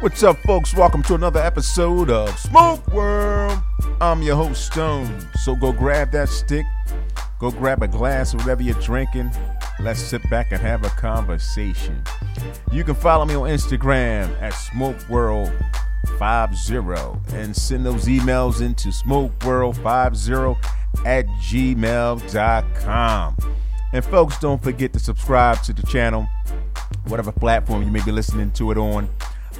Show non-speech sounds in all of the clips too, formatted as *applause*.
What's up, folks? Welcome to another episode of Smoke World. I'm your host, Stone. So go grab that stick, go grab a glass, whatever you're drinking. Let's sit back and have a conversation. You can follow me on Instagram at Smoke World 50 and send those emails into smokeworld50 at gmail.com. And folks, don't forget to subscribe to the channel, whatever platform you may be listening to it on.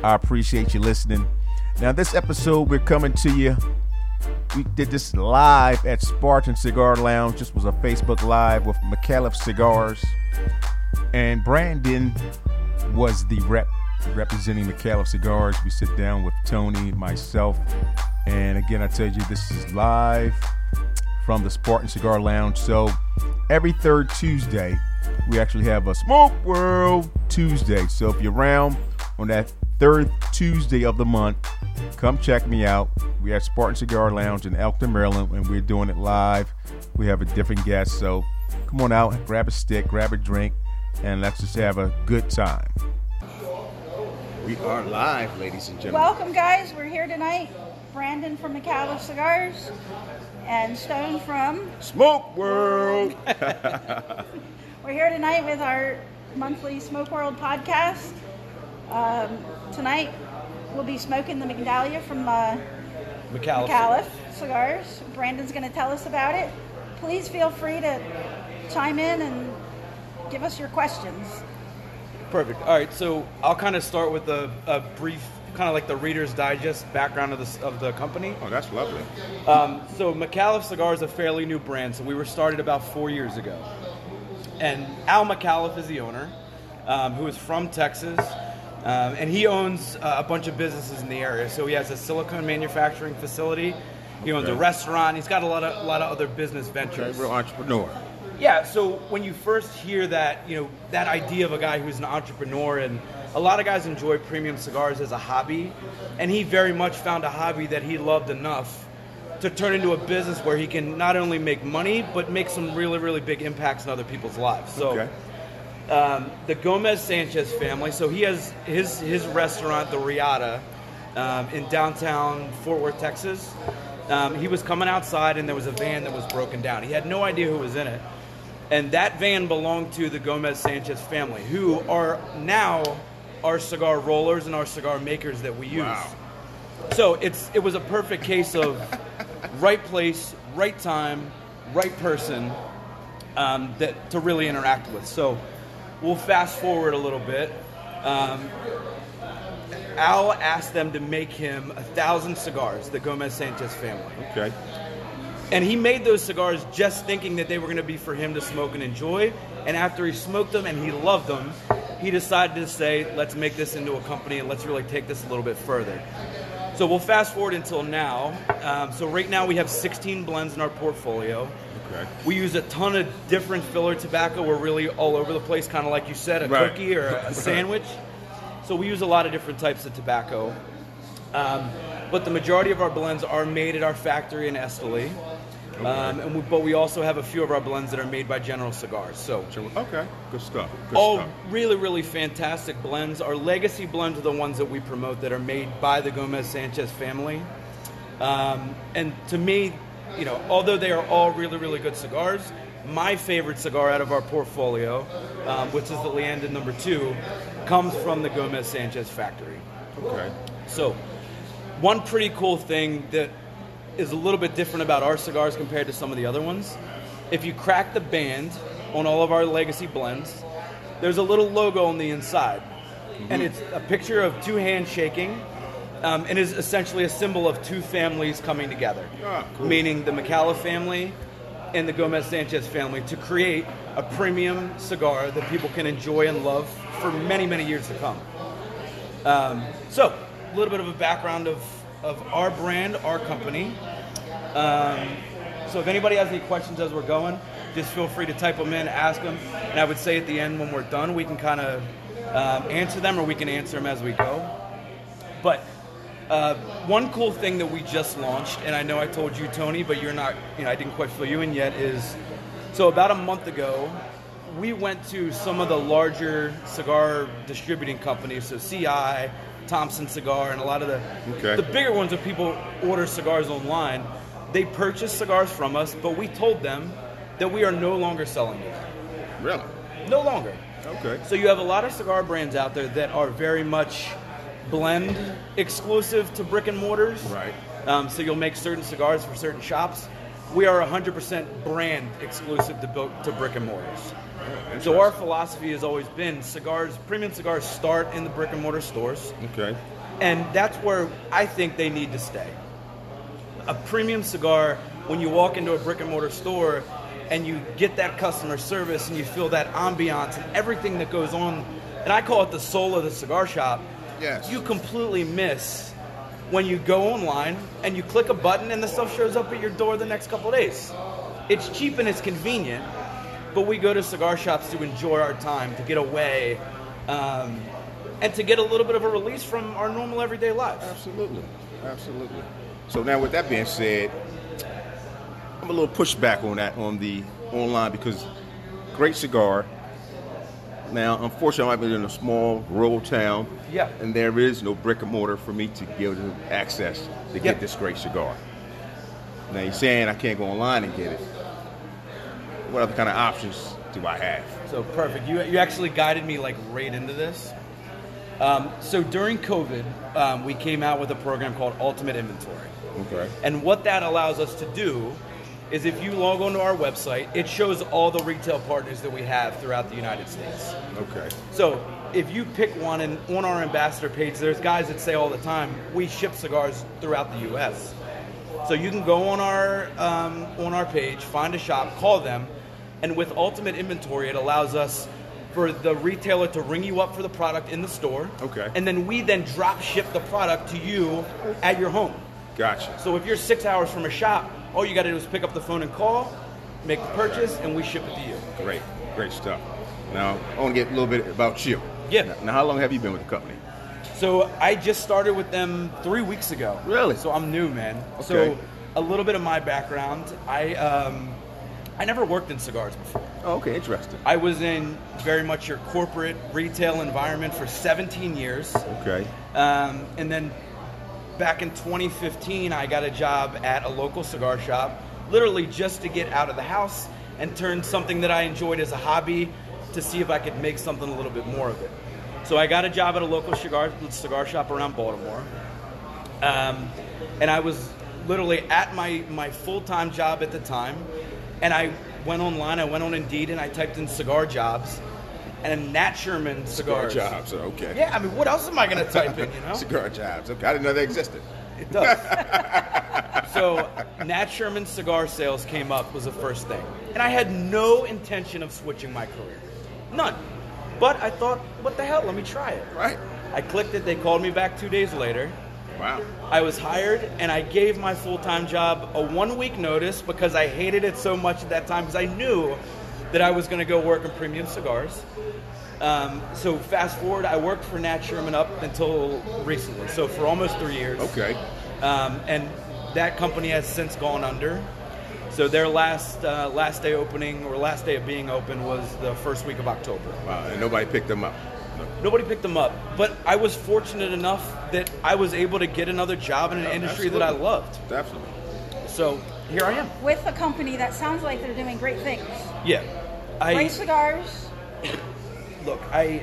I appreciate you listening. Now, this episode, we're coming to you. We did this live at Spartan Cigar Lounge. This was a Facebook Live with McAuliffe Cigars. And Brandon was the rep representing McAuliffe Cigars. We sit down with Tony, myself, and again, I tell you, this is live from the Spartan Cigar Lounge. So every third Tuesday, we actually have a Smoke World Tuesday. So if you're around on that third Tuesday of the month, come check me out. We're at Spartan Cigar Lounge in Elkton, Maryland, and we're doing it live. We have a different guest. So come on out, grab a stick, grab a drink, and let's just have a good time. We are live, ladies and gentlemen. Welcome, guys. We're here tonight. Brandon from McAuliffe Cigars and Stone from. Smoke World! We're here tonight with our monthly Smoke World podcast. Um, tonight, we'll be smoking the McDahlia from uh, McAuliffe. McAuliffe Cigars. Brandon's going to tell us about it. Please feel free to chime in and give us your questions. Perfect. All right, so I'll kind of start with a, a brief, kind of like the Reader's Digest background of the, s- of the company. Oh, that's lovely. Um, so McAuliffe Cigar is a fairly new brand, so we were started about four years ago. And Al McAuliffe is the owner, um, who is from Texas, um, and he owns uh, a bunch of businesses in the area. So he has a silicone manufacturing facility. He owns a Okay. restaurant. He's got a lot of a lot of other business ventures. Real entrepreneur. Yeah, so when you first hear that, you know, that idea of a guy who's an entrepreneur and a lot of guys enjoy premium cigars as a hobby, and he very much found a hobby that he loved enough to turn into a business where he can not only make money but make some really really big impacts in other people's lives. So Okay. um, the Gomez Sanchez family. So he has his his restaurant, the Riata, um, in downtown Fort Worth, Texas. Um, he was coming outside, and there was a van that was broken down. He had no idea who was in it, and that van belonged to the Gomez Sanchez family, who are now our cigar rollers and our cigar makers that we use. Wow. So it's it was a perfect case of right place, right time, right person um, that to really interact with. So we'll fast forward a little bit. Um, Al asked them to make him a thousand cigars, the Gomez Sanchez family, Okay. and he made those cigars just thinking that they were going to be for him to smoke and enjoy. And after he smoked them and he loved them, he decided to say, "Let's make this into a company and let's really take this a little bit further." So we'll fast forward until now. Um, so right now we have 16 blends in our portfolio. Okay. We use a ton of different filler tobacco. We're really all over the place, kind of like you said, a Right. *laughs* cookie or a Right. sandwich. So we use a lot of different types of tobacco. Um, but the majority of our blends are made at our factory in Esteli. Um, and we, but we also have a few of our blends that are made by General Cigars. So Okay. Oh. Good stuff. Good all stuff. really, really fantastic blends. Our legacy blends are the ones that we promote that are made by the Gomez Sanchez family. Um, and to me, you know, although they are all really, really good cigars, my favorite cigar out of our portfolio, um, which is the Leander number two, comes from the Gomez Sanchez factory. Okay. So, one pretty cool thing that is a little bit different about our cigars compared to some of the other ones, if you crack the band on all of our legacy blends, there's a little logo on the inside, Mm-hmm. and it's a picture of two hands shaking, um, and is essentially a symbol of two families coming together, Ah, cool. meaning the McAuliffe family and the Gomez Sanchez family to create a premium cigar that people can enjoy and love for many, many years to come. Um, so, a little bit of a background of, of our brand, our company. Um, so, if anybody has any questions as we're going, just feel free to type them in, ask them. And I would say at the end, when we're done, we can kind of um, answer them or we can answer them as we go. But uh, one cool thing that we just launched, and I know I told you, Tony, but you're not, you know, I didn't quite fill you in yet, is so about a month ago, we went to some of the larger cigar distributing companies, so CI, Thompson Cigar and a lot of the Okay. the bigger ones that people order cigars online. They purchase cigars from us, but we told them that we are no longer selling these. Really? No longer. Okay. So you have a lot of cigar brands out there that are very much blend exclusive to brick and mortars. Right. Um, so you'll make certain cigars for certain shops. We are 100% brand exclusive to, bu- to brick and mortars. So our philosophy has always been cigars, premium cigars start in the brick and mortar stores, Okay. and that's where I think they need to stay. A premium cigar, when you walk into a brick and mortar store and you get that customer service and you feel that ambiance and everything that goes on, and I call it the soul of the cigar shop, Yes. you completely miss when you go online and you click a button and the stuff shows up at your door the next couple of days. It's cheap and it's convenient, but we go to cigar shops to enjoy our time, to get away, um, and to get a little bit of a release from our normal everyday lives. Absolutely. Absolutely. So now, with that being said, I'm a little pushback on that on the online because great cigar. Now, unfortunately, I've been in a small rural town. Yeah. And there is no brick and mortar for me to give them access to Yeah. get this great cigar. Now you're saying I can't go online and get it. What other kind of options do I have? So perfect. You, you actually guided me like right into this. Um, so during COVID, um, we came out with a program called Ultimate Inventory. Okay. And what that allows us to do is if you log onto our website, it shows all the retail partners that we have throughout the United States. Okay. So if you pick one and on our ambassador page, there's guys that say all the time, we ship cigars throughout the U.S. So you can go on our um, on our page, find a shop, call them, and with Ultimate Inventory, it allows us for the retailer to ring you up for the product in the store. Okay. And then we then drop ship the product to you at your home. Gotcha. So if you're six hours from a shop, all you got to do is pick up the phone and call, make the purchase, and we ship it to you. Great, great stuff. Now, I want to get a little bit about you. Yeah. Now, now, how long have you been with the company? So I just started with them three weeks ago. Really? So I'm new, man. Okay. So a little bit of my background. I um, I never worked in cigars before. Oh, okay, interesting. I was in very much your corporate retail environment for 17 years. Okay. Um, and then back in 2015, I got a job at a local cigar shop, literally just to get out of the house and turn something that I enjoyed as a hobby to see if I could make something a little bit more of it. So I got a job at a local cigar cigar shop around Baltimore, um, and I was literally at my my full time job at the time, and I went online, I went on Indeed, and I typed in cigar jobs, and Nat Sherman Cigar cigars. jobs. Okay. Yeah, I mean, what else am I going to type in, you *laughs* know? Cigar jobs. Okay, I didn't know they existed. It does. so, Nat Sherman's cigar sales came up was the first thing. And I had no intention of switching my career. None. But I thought, what the hell, let me try it. Right. I clicked it, they called me back two days later. Wow. I was hired and I gave my full time job a one week notice because I hated it so much at that time because I knew that I was going to go work in premium cigars. Um, so, fast forward, I worked for Nat Sherman up until recently, so for almost three years. Okay. Um, and that company has since gone under. So their last uh, last day opening or last day of being open was the first week of October. Wow. And nobody picked them up. Nobody picked them up, but I was fortunate enough that I was able to get another job in an industry that Oh, I absolutely. loved. Absolutely. So here I am. with a company that sounds like they're doing great things. Yeah, I Great cigars. look, I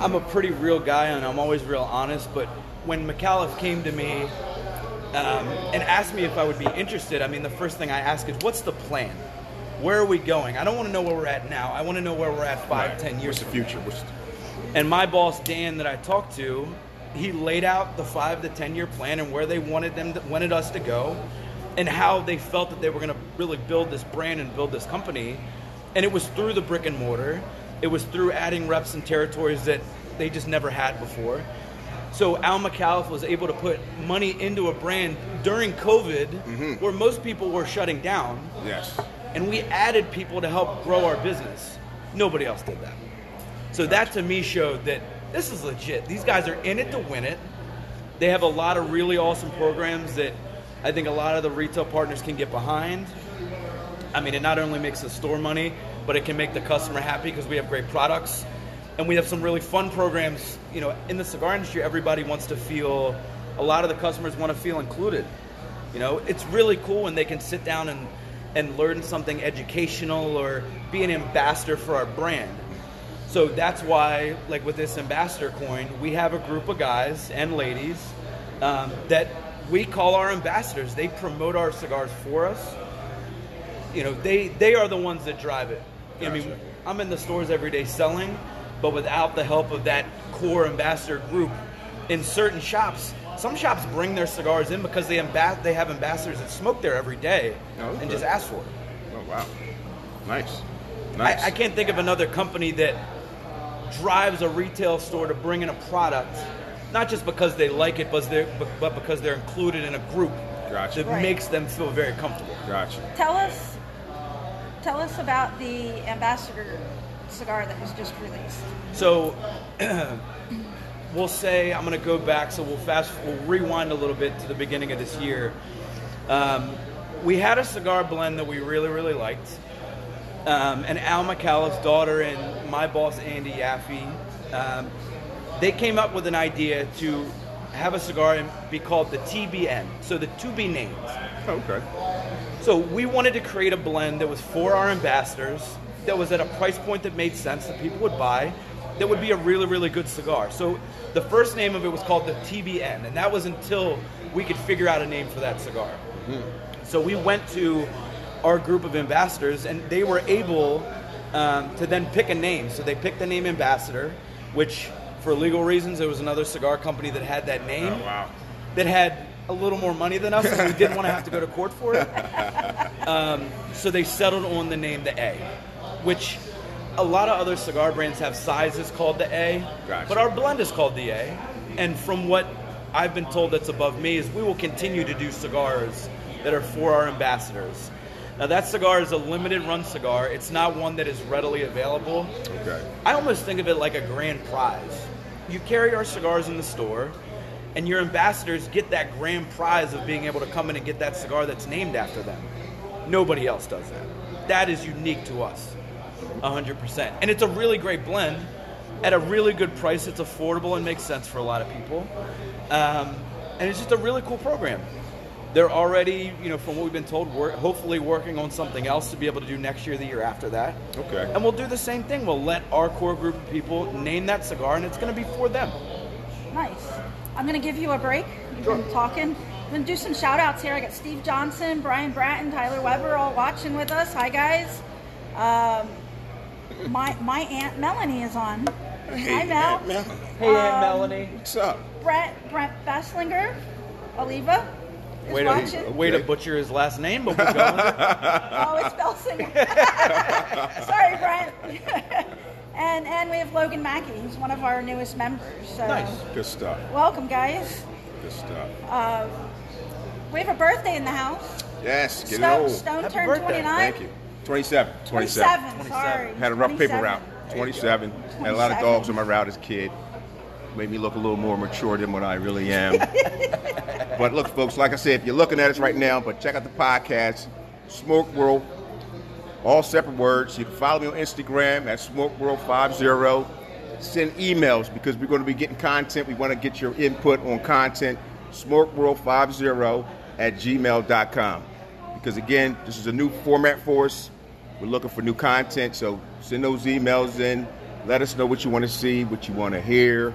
I'm a pretty real guy and I'm always real honest, but when McAuliffe came to me um, and asked me if I would be interested, I mean the first thing I ask is what's the plan? Where are we going? I don't want to know where we're at now. I want to know where we're at five, ten years What's the from future? What's and my boss Dan that I talked to, he laid out the five to ten year plan and where they wanted them, to, wanted us to go, and how they felt that they were going to really build this brand and build this company. And it was through the brick and mortar. It was through adding reps and territories that they just never had before. So Al McAuliffe was able to put money into a brand during COVID, where most people were shutting down yes. Oh, and we added people to help grow our business. Nobody else did that. So that to me showed that this is legit. These guys are in it to win it. They have a lot of really awesome programs that I think a lot of the retail partners can get behind. I mean, it not only makes us store money, but it can make the customer happy because we have great products. and we have some really fun programs. You know, in the cigar industry, everybody wants to feel. A lot of the customers want to feel included. You know, it's really cool when they can sit down and and learn something educational or be an ambassador for our brand. So that's why, like with this ambassador coin, we have a group of guys and ladies um, that we call our ambassadors. They promote our cigars for us. You know, they they are the ones that drive it. I mean, Gotcha. I'm in the stores every day selling, but without the help of that core ambassador group, in certain shops, some shops bring their cigars in because they amba- they have ambassadors that smoke there every day Oh, okay. and just ask for it. Oh wow, nice, nice. I, I can't think of another company that drives a retail store to bring in a product, not just because they like it, but they're, but, but because they're included in a group Gotcha. that Right. makes them feel very comfortable. Gotcha. Tell us, tell us about the ambassador cigar that was just released. So *clears throat* we'll say I'm going to go back. So we'll fast, we'll rewind a little bit to the beginning of this year. Um, we had a cigar blend that we really, really liked, um, and Al McCallum's daughter and my boss Andy Yaffe, um, they came up with an idea to have a cigar and be called the TBN. So the to be names. Okay. So we wanted to create a blend that was for our ambassadors, that was at a price point that made sense, that people would buy, that would be a really, really good cigar. So the first name of it was called the TBN, and that was until we could figure out a name for that cigar. Hmm. So we went to our group of ambassadors, and they were able um, to then pick a name. So they picked the name Ambassador, which, for legal reasons, there was another cigar company that had that name Oh wow. that had a little more money than us, and we didn't want to have to go to court for it. Um, so they settled on the name the A, which a lot of other cigar brands have sizes called the A, Gotcha. but our blend is called the A. And from what I've been told that's above me is we will continue to do cigars that are for our ambassadors. Now that cigar is a limited run cigar. It's not one that is readily available. Okay. I almost think of it like a grand prize. You carry our cigars in the store, and your ambassadors get that grand prize of being able to come in and get that cigar that's named after them. Nobody else does that. That is unique to us, 100%. And it's a really great blend at a really good price. It's affordable and makes sense for a lot of people. Um, and it's just a really cool program. They're already, you know, from what we've been told, we hopefully working on something else to be able to do next year, the year after that. Okay. And we'll do the same thing. We'll let our core group of people name that cigar, and it's going to be for them. Nice. I'm going to give you a break. You've been talking. I'm going to do some shout outs here. I got Steve Johnson, Brian Bratton, Tyler Weber all watching with us. Hi, guys. Um, my, my Aunt Melanie is on. Hi, Mel. Aunt Mel. Hey, Aunt Melanie. What's up? Brett, Brett Basslinger, Oliva is Way watching. to, way to butcher his last name, but we're going. Oh, it's Belsinger. *laughs* Sorry, Brent. *laughs* and and we have Logan Mackey, who's one of our newest members. So Nice. Good stuff. welcome, guys. Good stuff. Uh, we have a birthday in the house. Yes. Get it Stone, old. Stone Happy turned birthday. 29. Thank you. 27. 27. 27. Sorry. Had a rough paper 27. route. 27. Had a lot of 27. dogs on my route as a kid. Made me look a little more mature than what I really am. but look, folks, like I said, if you're looking at us right now, but check out the podcast, Smoke World, all separate words. You can follow me on Instagram at Smoke World 50. Send emails because we're going to be getting content. We want to get your input on content. Smoke World 50 at gmail.com. Because again, this is a new format for us. We're looking for new content, so send those emails in. Let us know what you want to see, what you want to hear,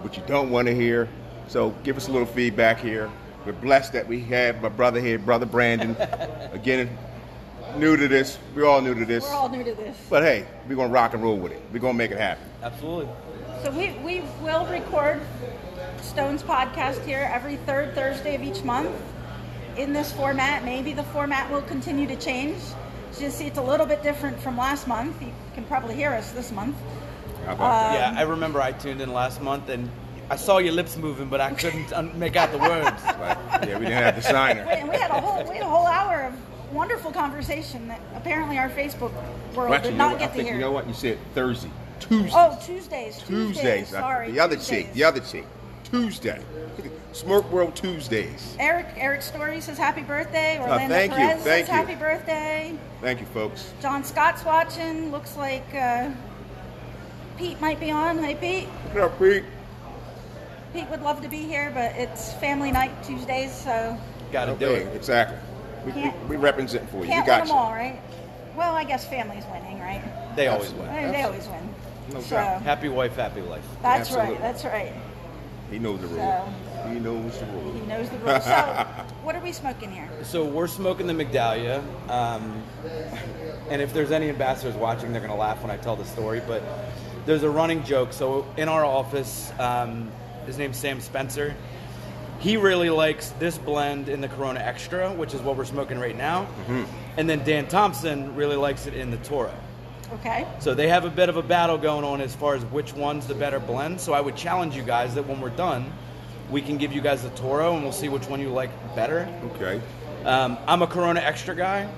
what you don't want to hear. So give us a little feedback here. We're blessed that we have my brother here, brother Brandon. again, new to this. We're all new to this. We're all new to this. But hey, we're gonna rock and roll with it. We're gonna make it happen. *laughs* Absolutely. So we, we will record Stone's podcast here every third Thursday of each month in this format. Maybe the format will continue to change. So you see, it's a little bit different from last month. You can probably hear us this month. How Uh, about yeah, I remember I tuned in last month and I saw your lips moving, but I couldn't un- make out *laughs* the words. that? Like, yeah, we didn't have the *laughs* signer. And we had a whole we had a whole hour of wonderful conversation that apparently our Facebook world Actually, did you know not what? I get to think hear. you know what you said. Thursday, Tuesday, Oh, Tuesdays. Tuesdays. Tuesdays. I- sorry. the other Tuesdays. cheek, the other cheek, Tuesday. Smirk World Tuesdays. Eric Eric Story says happy birthday. Orlando Uh, thank you, Perez thank says you. happy birthday. Thank you, folks. John Scott's watching. Looks like uh, Pete might be on. Hey, Pete. What up, Pete? Pete would love to be here, but it's family night Tuesdays, so Gotta do Okay, it. Exactly. We, we, Can't- we represent for you. can't we got win you. them all, right? Well, I guess family's winning, right? They always win. They- They always win. No so doubt. Happy wife, happy life. that's Absolutely. right. That's right. He knows the rule. So- he knows the rule. He knows the rules. So, what are we smoking here? So we're smoking the Medallia, um, and if there's any ambassadors watching, they're gonna laugh when I tell the story. But there's a running joke. So in our office, um, his name's Sam Spencer. He really likes this blend in the Corona Extra, which is what we're smoking right now. And then Dan Thompson really likes it in the Toro. Okay. So they have a bit of a battle going on as far as which one's the better blend. So I would challenge you guys that when we're done, we can give you guys the Toro, and we'll see which one you like better. Okay. Um, I'm a Corona Extra guy.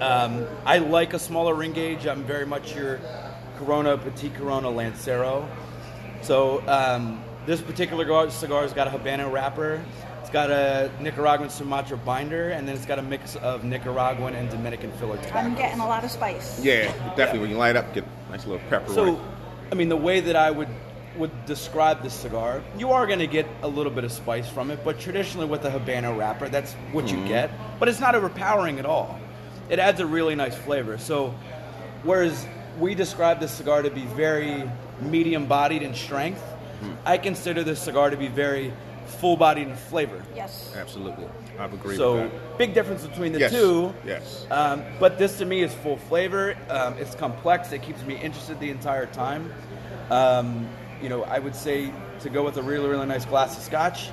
Um, I like a smaller ring gauge. I'm very much your Corona, Petit Corona, Lancero. So um, this particular gar- cigar's got a Habano wrapper. It's got a Nicaraguan Sumatra binder, and then it's got a mix of Nicaraguan and Dominican filler I'm tobacco. getting a lot of spice. Yeah, definitely. When you light up, get a nice little pepper. on So, it. I mean, the way that I would would describe this cigar, you are going to get a little bit of spice from it, but traditionally with a Habano wrapper, that's what you get. But it's not overpowering at all. It adds a really nice flavor. So, whereas we describe this cigar to be very medium bodied in strength, I consider this cigar to be very full bodied in flavor. Yes. absolutely, I've agreed So, with that. big difference between the Yes. two. Yes. Um, but this to me is full flavor. Um, it's complex. It keeps me interested the entire time. Um, you know, I would say to go with a really, really nice glass of scotch.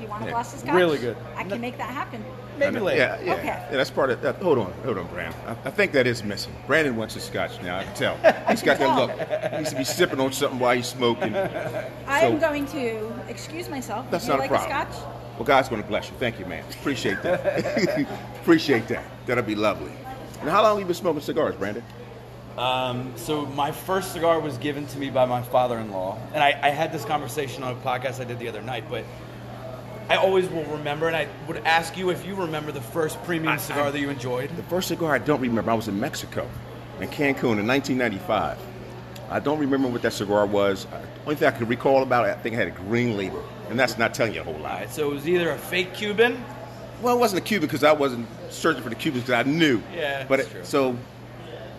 You want a Yeah. glass of scotch? Really good. I No- can make that happen. Maybe And- later. Yeah, yeah, Okay. yeah. That's part of that. Hold on, hold on, Brandon. I, I think that is missing. Brandon wants his scotch now. I can tell. He's got that tell. look. He needs to be sipping on something while he's *laughs* smoking. I'm going to excuse myself. That's you not like a problem. A scotch? Well, God's going to bless you. Thank you, man. Appreciate that. *laughs* Appreciate that. That'll be lovely. And how long have you been smoking cigars, Brandon? Um, so my first cigar was given to me by my father-in-law, and I, I had this conversation on a podcast I did the other night. But I always will remember, and I would ask you if you remember the first premium cigar that you enjoyed. The first cigar I don't remember. I was in Mexico, in Cancun, in 1995. I don't remember what that cigar was. The only thing I could recall about it, I think it had a green label, and that's not telling you a whole All lot. right, so it was either a fake Cuban. Well, it wasn't a Cuban because I wasn't searching for the Cubans because I knew. Yeah, but that's it, true. so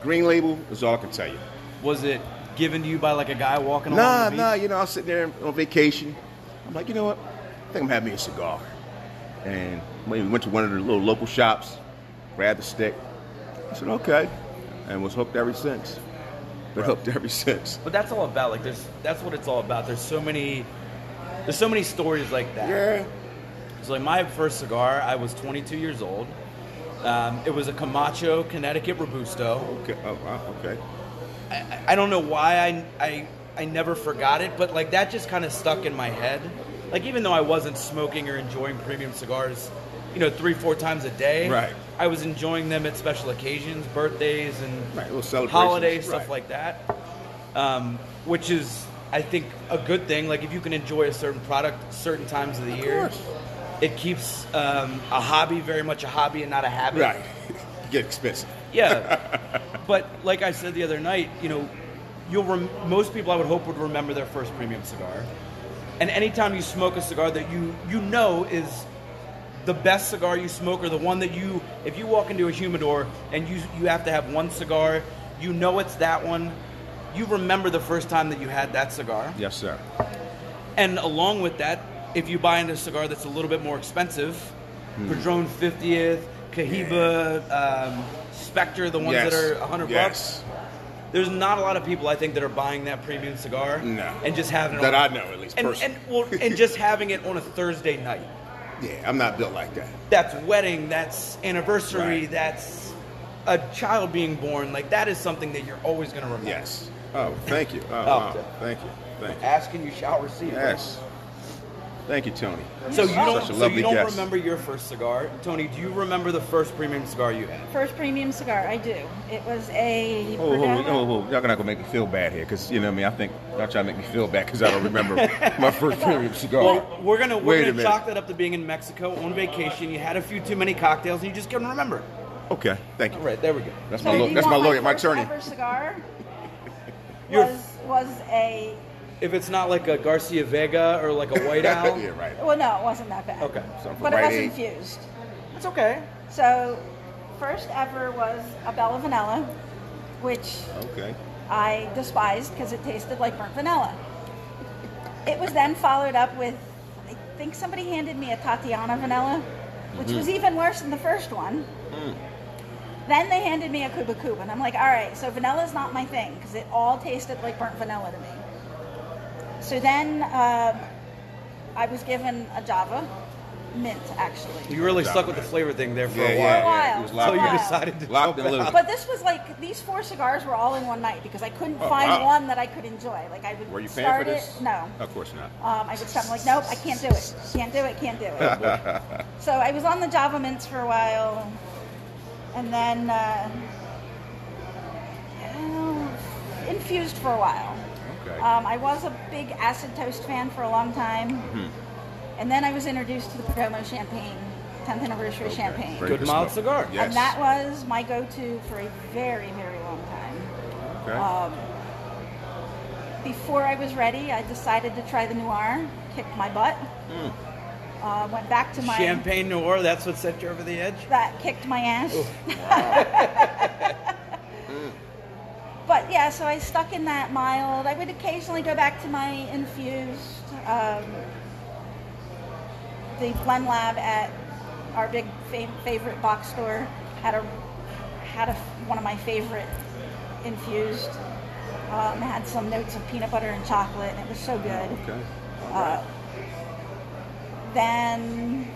green label is all I can tell you. Was it given to you by like a guy walking Nah, along the beach? nah, you know, I was sitting there on vacation. I'm like, you know what? I think I'm having me a cigar. And we went to one of the little local shops, grabbed the stick. I said, okay. And was hooked ever since. Been hooked ever *laughs* since. But that's all about like there's that's what it's all about. There's so many there's so many stories like that. Yeah. So like my first cigar, I was 22 years old. Um, it was a Camacho, Connecticut Robusto. Okay. Oh, wow. Okay. I, I don't know why I, I I never forgot it, but like that just kind of stuck in my head. Like even though I wasn't smoking or enjoying premium cigars, you know, three four times a day, Right. I was enjoying them at special occasions, birthdays, and Right, little celebrations. holidays, stuff Right. like that. Um, which is, I think, a good thing. Like if you can enjoy a certain product certain times of the year, course. it keeps um, a hobby very much a hobby and not a habit. Right. *laughs* Get expensive. Yeah. but like I said the other night, you know, you'll rem- most people I would hope would remember their first premium cigar. And anytime you smoke a cigar that you you know is the best cigar you smoke or the one that you if you walk into a humidor and you you have to have one cigar, you know it's that one. You remember the first time that you had that cigar. Yes, sir. And along with that, if you buy into a cigar that's a little bit more expensive, Hmm. Padron 50th, Cohiba, um, Spectre, the ones yes. that are 100 yes. bucks, there's not a lot of people I think that are buying that premium cigar No. and just having it That on- I know, at least, and, and, personally. well, and just having it on a Thursday night. Yeah, I'm not built like that. That's wedding, that's anniversary, Right. that's a child being born. Like, that is something that you're always going to remember. Yes. Oh, thank you. Oh, Oh. wow. Thank you. Thank you. Ask and you shall receive. right? Yes. Thank you, Tony. So you don't, Such a so lovely you don't guest. remember your first cigar, Tony? Do you remember the first premium cigar you had? First premium cigar. I do. It was a. Oh, oh, Verdana- oh, oh, y'all gonna make me feel bad here, cause you know me. I think y'all trying to make me feel bad, cause I don't *laughs* remember my first premium cigar. Well, we're gonna we're Wait a gonna minute. chalk that up to being in Mexico on vacation. You had a few too many cocktails and you just couldn't remember. Okay, thank you. All right, there we go. That's So my do lo- you that's my want lawyer, my *laughs* first attorney. Ever cigar. You're- was was a If it's not like a Garcia Vega or like a *laughs* White Owl, yeah, right. well, no, it wasn't that bad. Okay. Something but it right was in. infused. it's okay. So, first ever was a Bella Vanilla, which Okay. I despised because it tasted like burnt vanilla. It was then followed up with, I think somebody handed me a Tatiana vanilla, which was Mm-hmm. even worse than the first one. Mm. Then they handed me a Cuba Cuba, and I'm like, all right, so vanilla's not my thing because it all tasted like burnt vanilla to me. So then um, I was given a Java mint, actually. You really stuck with the flavor thing there for Yeah, a yeah, yeah. while. while. It was So locked, you Wow. decided to locked and loaded. But this was like these four cigars were all in one night because I couldn't Oh, find wow. one that I could enjoy. Like I would Were you paying start for this? it. No. Of course not. Um, I would stop. I'm like, nope, I can't do it. Can't do it. Can't do it. *laughs* so I was on the Java mints for a while, and then uh, uh, infused for a while. Okay. Um, I was a big acid toast fan for a long time, Hmm. and then I was introduced to the Perdomo champagne, 10th anniversary Okay. champagne, Very Good mild stuff. cigar. Yes. and that was my go-to for a very, very long time. Okay. um, Before I was ready, I decided to try the Noir. Kicked my butt. Uh, went back to my Champagne Noir, that's what set you over the edge? that kicked my ass. *laughs* but yeah, so I stuck in that mild. I would occasionally go back to my infused, um, the Blend Lab at our big fa- favorite box store had a had a, one of my favorite infused. Um, it had some notes of peanut butter and chocolate, and it was so good. okay. Uh, then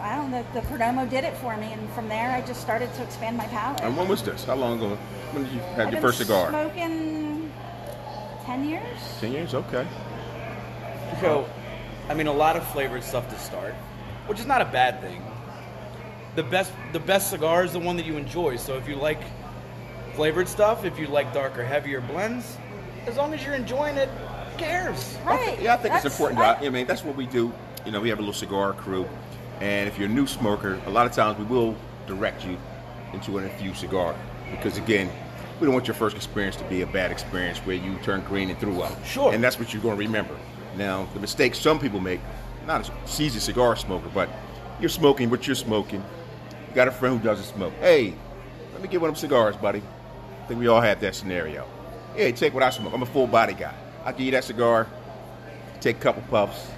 I don't know. The Perdomo did it for me, and from there I just started to expand my palate. And when was this? How long ago? When did you have I've your been first cigar? Smoking ten years. Ten years. Okay. So, I mean, a lot of flavored stuff to start, which is not a bad thing. The best, the best cigar is the one that you enjoy. So, if you like flavored stuff, if you like darker, heavier blends, as long as you're enjoying it, who cares? Right. Yeah, I think it's That's- important. I- I, I mean, that's what we do. You know, we have a little cigar crew, and if you're a new smoker, a lot of times we will direct you into an infused cigar because, again, we don't want your first experience to be a bad experience where you turn green and threw up. Sure. And that's what you're going to remember. Now, the mistake some people make, not a seasoned cigar smoker, but you're smoking what you're smoking. You got a friend who doesn't smoke. Hey, let me get one of them cigars, buddy. I think we all had that scenario. Hey, take what I smoke. I'm a full body guy. I'll give you that cigar take a couple puffs.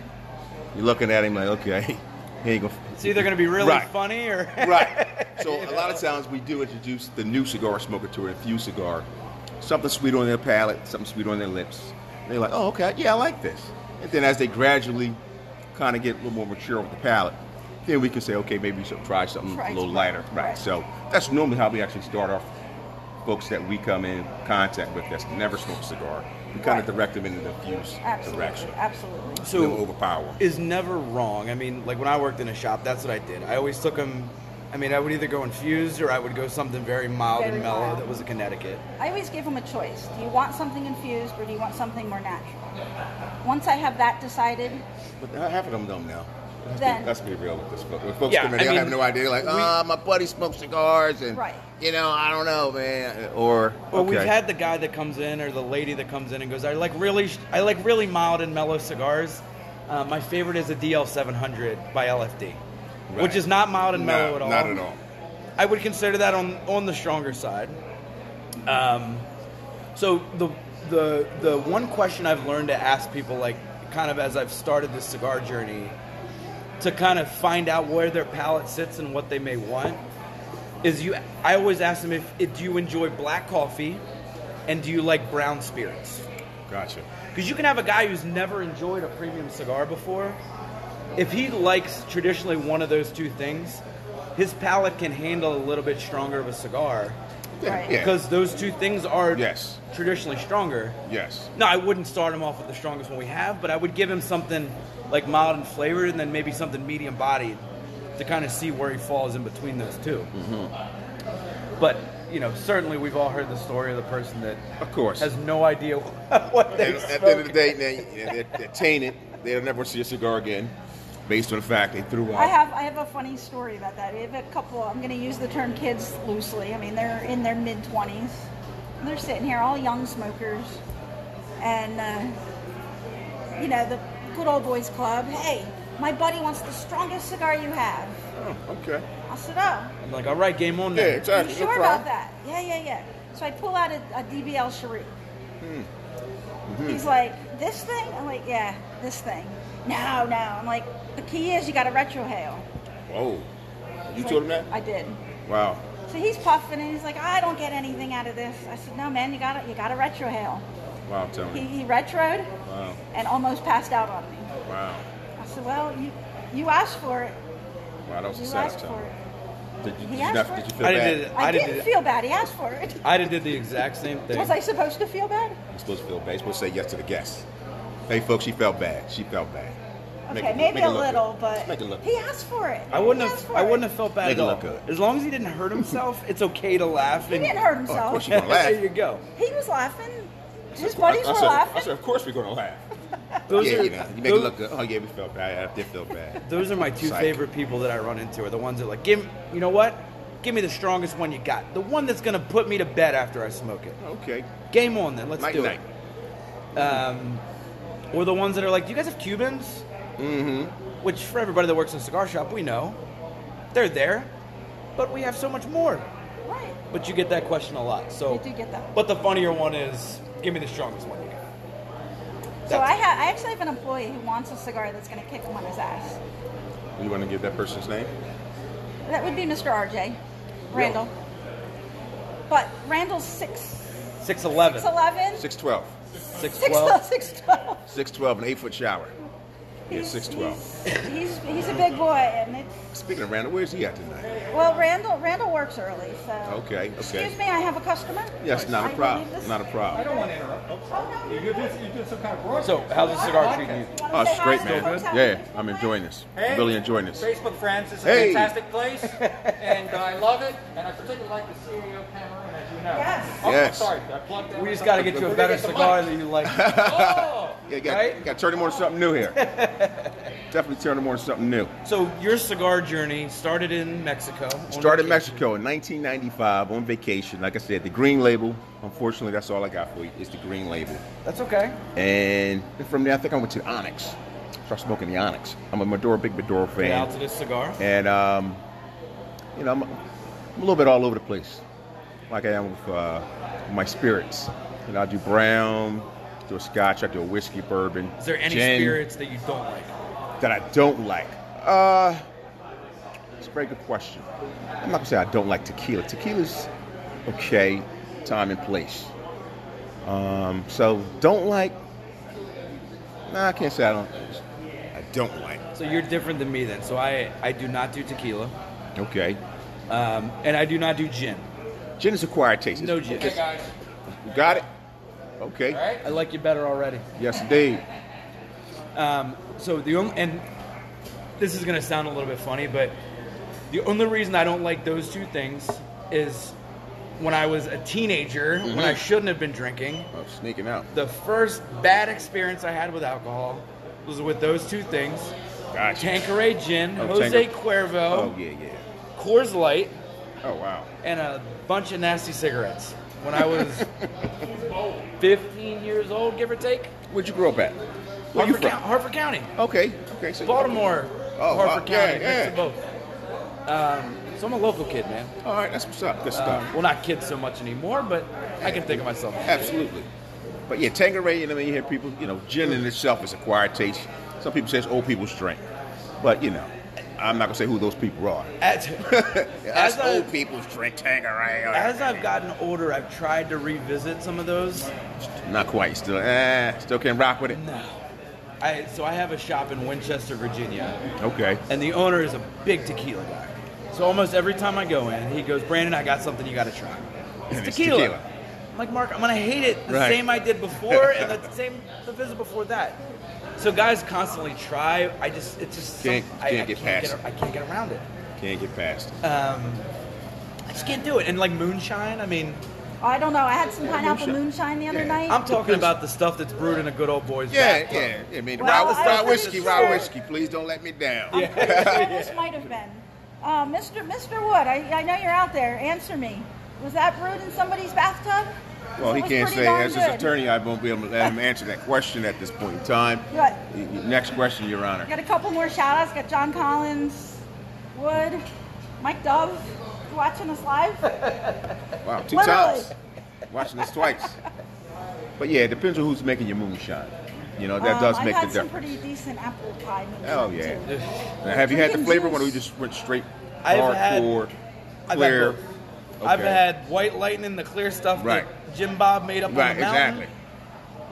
You're looking at him like, okay, *laughs* he ain't gonna. It's either going to be really Right. funny *laughs* or *laughs* right. So a lot of times we do introduce the new cigar smoker to an infused cigar, something sweet on their palate, something sweet on their lips. And they're like, oh, okay, yeah, I like this. And then as they gradually kind of get a little more mature with the palate, then we can say, okay, maybe we should try something Try a little something. lighter. Right. Right. So that's normally how we actually start off folks that we come in contact with that's never smoked a cigar. We kind Right. of direct them in the infused absolutely, direction. absolutely. So So- overpower. 'em. is never wrong. I mean, like when I worked in a shop, that's what I did. I always took them. I mean, I would either go infused or I would go something very mild Very and mellow mild. that was a Connecticut. I always give them a choice. Do you want something infused or do you want something more natural? Once I have that decided, But uh, half of them don't know. Let's, Then- be, let's be real with this. Folks. When folks Yeah, come in, I they mean, have no idea. Like, we- ah, my buddy smokes cigars, and Right. you know, I don't know, man. Or Or we've okay. had the guy that comes in or the lady that comes in and goes, I like really, I like really mild and mellow cigars. Uh, my favorite is a DL 700 by LFD, which Right. is not mild and No, mellow at all. Not at all. I would consider that on on the stronger side. Um, so the the the one question I've learned to ask people, like kind of as I've started this cigar journey, to kind of find out where their palate sits and what they may want, is you. I always ask them if, if do you enjoy black coffee, and do you like brown spirits? Gotcha. Because you can have a guy who's never enjoyed a premium cigar before. If he likes traditionally one of those two things, his palate can handle a little bit stronger of a cigar Yeah. Right. yeah. because those two things are Yes. traditionally stronger. Yes. No, I wouldn't start him off with the strongest one we have, but I would give him something like mild and flavored and then maybe something medium bodied to kind of see where he falls in between those 2 Mm-hmm. But, you know, certainly we've all heard the story of the person that Of course. has no idea *laughs* what they And at the end of the day, they, they're, they're tainted. They'll never see a cigar again, based on the fact they threw out. I have I have a funny story about that. We have a couple. I'm going to use the term kids loosely. I mean, they're in their mid 20s. They're sitting here, all young smokers, and uh, you know the good old boys club. Hey, my buddy wants the strongest cigar you have. Oh, okay. I said, oh, I'm like, all right, game on Yeah, now. you exactly. no sure problem. about that? Yeah, yeah, yeah. So I pull out a, a DBL Cherie. Hmm. He's like, this thing? I'm like, yeah, this thing. No, no. I'm like, the key is you got to retrohale. Whoa. You He's told him like, that? I did. Wow. So he's puffing and he's like, I don't get anything out of this. I said, no, man, you got to you got to retrohale. Wow, tell He, me. he retroed Wow. and almost passed out on me. Wow. I said, well, you you asked for it. Wow, that was a You sad asked for time. it. Did you, He did you, asked not, for did it. you feel I bad? did it. I I did didn't it. feel bad. He asked for it. I did did the exact same thing. Was I supposed to feel bad? You're supposed to feel bad. You're supposed to say yes to the guest. Hey, folks, she felt bad. She felt bad. Make Okay, it- maybe make it a look good. little, but Just make it look he good. asked for it. I wouldn't He have. asked for I it. wouldn't have felt bad Make it at all. look good. As long as he didn't hurt himself, it's okay to laugh. He and- didn't hurt Oh, of course himself. you're gonna laugh. *laughs* there you go. he was laughing. His I- buddies I, were said, I laughing. said, of course we're gonna laugh. Those yeah, are you, know, you make those, it look good. Oh yeah, we felt bad. I did feel bad. *laughs* those are my two Psych. favorite people that I run into. Are the ones that are like give. me- You know what? Give me the strongest one you got. The one that's gonna put me to bed after I smoke it. Okay. Game on then. Let's Night do night. it. Um, or the ones that are like, do you guys have Cubans? Mm-hmm. Which for everybody that works in a cigar shop, we know they're there, but we have so much more. Right. But you get that question a lot. So I do get that. But the funnier one is, give me the strongest one you got. So That's- I, ha- I actually have an employee who wants a cigar that's going to kick him on his ass. You want to give that person's name? That would be Mr. RJ, Randall. But Randall's six, 6'11, 6'11", Six twelve. 6'12. 6'12". Six twelve. An eight foot shower. Yeah, He's- six twelve. He's, he's, he's a big boy, and it's Speaking of Randall, where's he at tonight? well, Randall Randall works early, so. Okay. Okay. Excuse me, I have a customer. Yes, I not a will leave problem. this- Not a problem. don't want to interrupt. Oh, Oh, no, You you're did, good. you did some kind of broadcast. So, how's the cigar treating you? Wanna Oh, say it's hi great, to the man. folks out Yeah, there? I'm enjoying this. Hey. Really enjoying this. Facebook friends, it's a Hey. fantastic place, *laughs* and I love it. And I particularly like the CEO camera, as you know. Yes. Oh, Yes. Sorry, I plugged that. We just got to get you a better cigar that *laughs* you like. Oh, Yeah, got, Right? got to turn him on to something new *laughs* here. Definitely turn him on to something new. So your cigar journey started in Mexico. on Started in vacation. Mexico in 1995 on vacation. Like I said, the green label. Unfortunately, that's all I got for you. It's the green label. That's okay. And from there, I think I went to the Onyx. Started smoking the Onyx. I'm a Maduro, big Maduro Get out fan. to this cigar. And, um, you know, I'm, I'm a little bit all over the place. Like I am with uh, my spirits. You know, I do brown, do a scotch, I do a whiskey, bourbon. Is there any gin. spirits that you don't like? that I don't like? Uh, it's a very good question. I'm not gonna say I don't like tequila. Tequila's okay, time and place. Um, so don't like. Nah, I can't say I don't. I don't like. So you're different than me then. So I, I do not do tequila, Okay, um, and I do not do gin. gin is acquired taste. No gin. hey guys, You got it. all Okay. right. I like you better already. Yes, indeed. Um, so the only, and this is gonna sound a little bit funny, but the only reason I don't like those two things is when I was a teenager, when Mm-hmm. I shouldn't have been drinking. Oh, sneaking out. The first bad experience I had with alcohol was with those two things: Gotcha. Tanqueray gin, Oh, Jose Tanquer- Cuervo, Oh yeah, yeah. Coors Light, Oh wow. and a bunch of nasty cigarettes. When *laughs* I was 15 years old, give or take, Where'd you grow up at? Where you Hartford, from? County, Hartford County. Okay. Okay. So Baltimore, Oh, Harford uh, yeah, County, yeah. mix of both. Um, so I'm a local kid, man. All right. That's what's up. Good Um, stuff. well, not kid so much anymore, but I can think of myself. Absolutely. But yeah, Tangeray, you know, you hear people, you know, gin in itself is acquired taste. Some people say it's old people's drink. But, you know, I'm not going to say who those people are. *laughs* As, That's as, I, old people's drink, Tangeray. as I've gotten older, I've tried to revisit some of those. Not quite. Still, eh, still can't rock with it. No. I, so I have a shop in Winchester, Virginia, Okay. and the owner is a big tequila guy. So almost every time I go in, he goes, Brandon, I got something you got to try. It's And it's tequila. tequila. I'm like, Mark, I'm going to hate it the Right. same I did before *laughs* and the same the visit before that. So guys constantly try. I just, it's just, some- Can't- I, can't I get can't past get, I can't get around it. Can't get past it. Uh, Um, I just can't do it. And like moonshine, I mean, I don't know. I had some pineapple Moonshine. moonshine the other Yeah. night. *laughs* I'm talking about the stuff that's brewed in a good old boy's Yeah, bathtub. yeah. I mean, Well, raw, I raw was whiskey, gonna raw say- whiskey. Please don't let me down. Well, this might have been. Uh, Mr. Mr. Wood, I, I know you're out there. Answer me. Was that brewed in somebody's bathtub? *laughs* Well, he was can't pretty say. darn As his good. attorney, I won't be able to let him answer that question at this point in time. Right. Y- y- Next question, Your Honor. Got a couple more shout outs. Got John Collins, Wood, Mike Dove, you watching us *laughs* live. Wow, two Literally. times. Watching this twice. But yeah, it depends on who's making your moonshine. You know, that Um, does I've make had the some difference. pretty decent apple pie. moonshine, Oh, yeah. too. Now, have you had the Drinking flavor one or we juice. just went straight I've had- hardcore, I've had clear? both. I've Okay. had White Lightning, the clear stuff Right. that Jim Bob made up Right, on the mountain. exactly.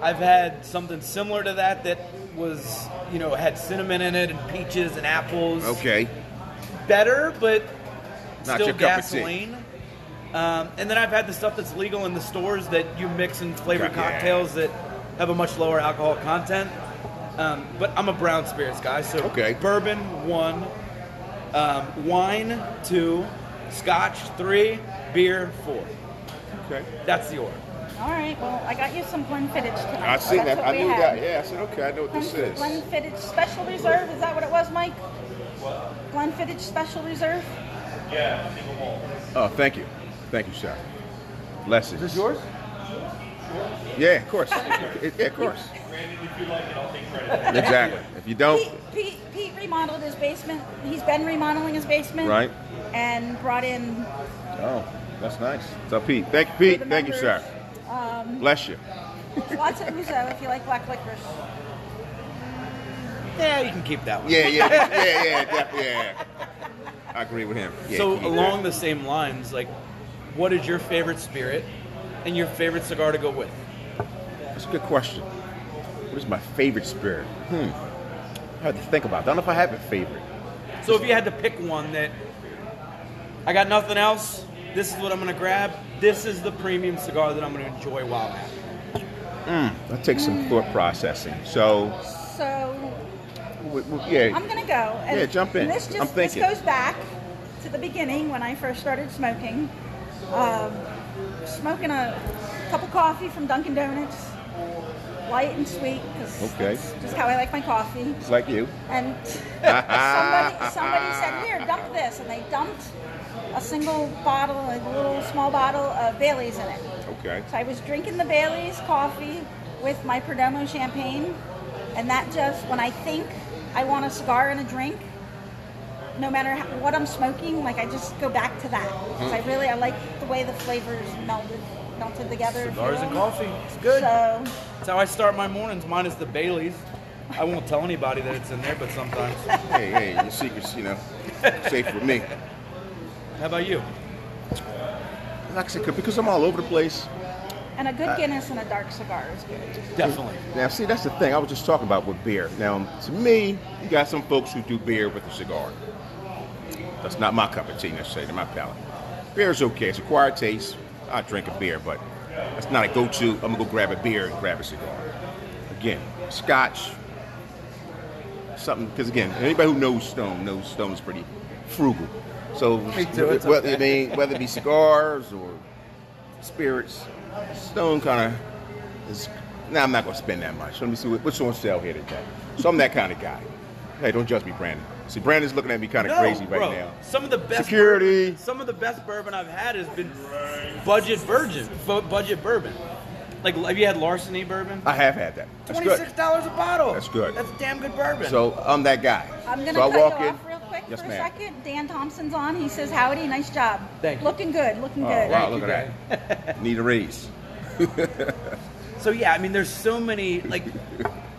I've had something similar to that that was, you know, had cinnamon in it and peaches and apples. Okay. Better, but Not still your cup of tea. gasoline. Um, and then I've had the stuff that's legal in the stores that you mix in flavored Okay, yeah. cocktails that have a much lower alcohol content. Um, but I'm a brown spirits guy, so Okay. bourbon one, um, wine two, scotch three, beer four. Okay. That's the order. All right. Well, I got you some Glenfiddich tonight. I so seen that. that's what I we knew had. that. Yeah, I said, okay, I know what this is. Glenfiddich Special Reserve. Is that what it was, Mike? Glenfiddich Special Reserve. Oh, thank you. Thank you, sir. Blessings. Is this yours? Yeah, of course. It- yeah, of course. Exactly. If you don't, Pete, Pete, Pete remodeled his basement. He's been remodeling his basement. Right. And brought in oh, that's nice. So, Pete, thank you, Pete. the um, Thank you, sir. Bless *laughs* you. lots of ouzo if you like black licorice. Yeah, you can keep that one. Yeah, yeah, yeah, yeah, def- yeah. I agree with him. Yeah, so Keith, along yeah. the same lines, like, what is your favorite spirit and your favorite cigar to go with? that's a good question. What is my favorite spirit? Hmm. I have to think about. It. I don't know if I have a favorite. So if you had to pick one that I got nothing else, this is what I'm gonna grab. This is the premium cigar that I'm gonna enjoy while I'm at. it. That takes Hmm. some thought processing. So, So w- w- yeah. I'm gonna go. And Yeah, jump in. and this just I'm this thinking. goes back to the beginning when I first started smoking. Um, smoking a cup of coffee from Dunkin' Donuts, light and sweet, because Okay. that's just how I like my coffee. It's like you. And somebody, somebody said, "Here, dump this," and they dumped a single bottle, a little small bottle of Bailey's in it. Okay. So I was drinking the Bailey's coffee with my Perdomo champagne, and that just when I think I want a cigar and a drink, no matter how, what I'm smoking, like I just go back to that. 'Cause I really I like the way the flavors melded melted together. if you Cigars and will. coffee. It's good. So That's how I start my mornings, minus the Baileys. I won't tell anybody that it's in there, but sometimes. Hey, hey, your secrets, you know, safe with me. How about you? Like I said, because I'm all over the place. and a good Guinness and a dark cigar is good. Definitely. Now, see, that's the thing I was just talking about with beer. Now, to me, you got some folks who do beer with a cigar. That's not my cup of tea necessarily, to my palate. Beer's okay, it's acquired taste. I drink a beer, but that's not a go to. I'm gonna go grab a beer and grab a cigar. Again, scotch, something, because again, anybody who knows Stone knows Stone's pretty frugal. So, too, it's whether, I mean, whether it be cigars or spirits, Stone kind of is. Nah, I'm not gonna spend that much. Let me see what, what's on sale here today. So I'm that kind of guy. Hey, don't judge me, Brandon. See, Brandon's looking at me kind of crazy right bro. now. Some of the best Security. bourbon- some of the best bourbon I've had has been budget virgin, bu- budget bourbon. Like, have you had Larceny bourbon? I have had that. That's Twenty good. six dollars a bottle. That's good. That's damn good bourbon. So I'm that guy. I'm gonna so I cut walk you in. off real quick Yes, for ma'am. a second. Dan Thompson's on. He says, "Howdy, nice job. Thank you. Looking good. Looking Oh, good." wow, look Thank you, at that. Need a raise. So yeah, I mean, there's so many *laughs* like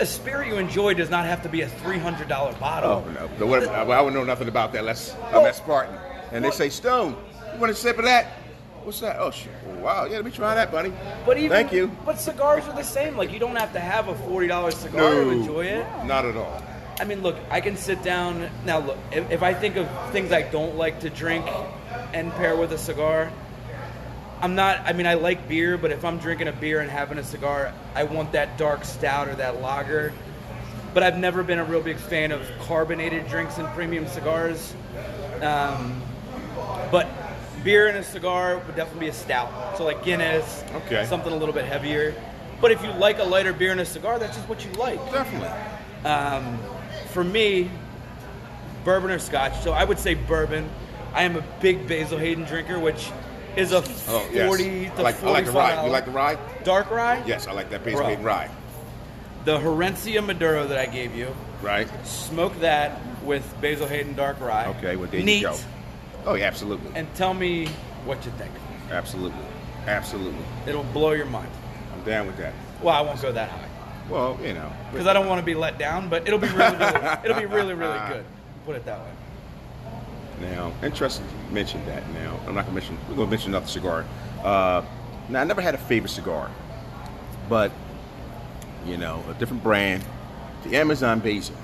a spirit you enjoy does not have to be a three hundred dollar Oh bottle. no, but what, I would know nothing about that unless I'm at Spartan. And they say, Stone, you want a sip of that? What's that? Oh shit! Wow, yeah, let me try that, buddy. But even thank you. But cigars are the same. Like you don't have to have a forty dollar cigar to enjoy it. not at all. I mean, look, I can sit down now. Look, if, if I think of things I don't like to drink and pair with a cigar, I'm not. I mean, I like beer, but if I'm drinking a beer and having a cigar, I want that dark stout or that lager. But I've never been a real big fan of carbonated drinks and premium cigars. Um, but beer and a cigar would definitely be a stout. So like Guinness, Okay. something a little bit heavier. But if you like a lighter beer and a cigar, that's just what you like. Definitely. Um, for me, bourbon or scotch. So I would say bourbon. I am a big Basil Hayden drinker, which is a Oh, yes. 40 I to like, I like the ride. You $45 like the ride? dark rye. Yes, I like that base Bro. made rye. The Herencia Maduro that I gave you, Right? smoke that with Basil Hayden dark rye. Okay, well, there Neat, you go. Oh, yeah, absolutely. And tell me what you think. Absolutely. Absolutely. It'll blow your mind. I'm down with that. Well, I won't go that high Well, you know. because I don't want to be let down, but it'll be *laughs* really, really it'll be really, really good. Put it that way. Now, interesting you mentioned that. Now, I'm not gonna mention. We're gonna mention another cigar. Uh, now, I never had a favorite cigar, but you know, a different brand, the Amazon Basin,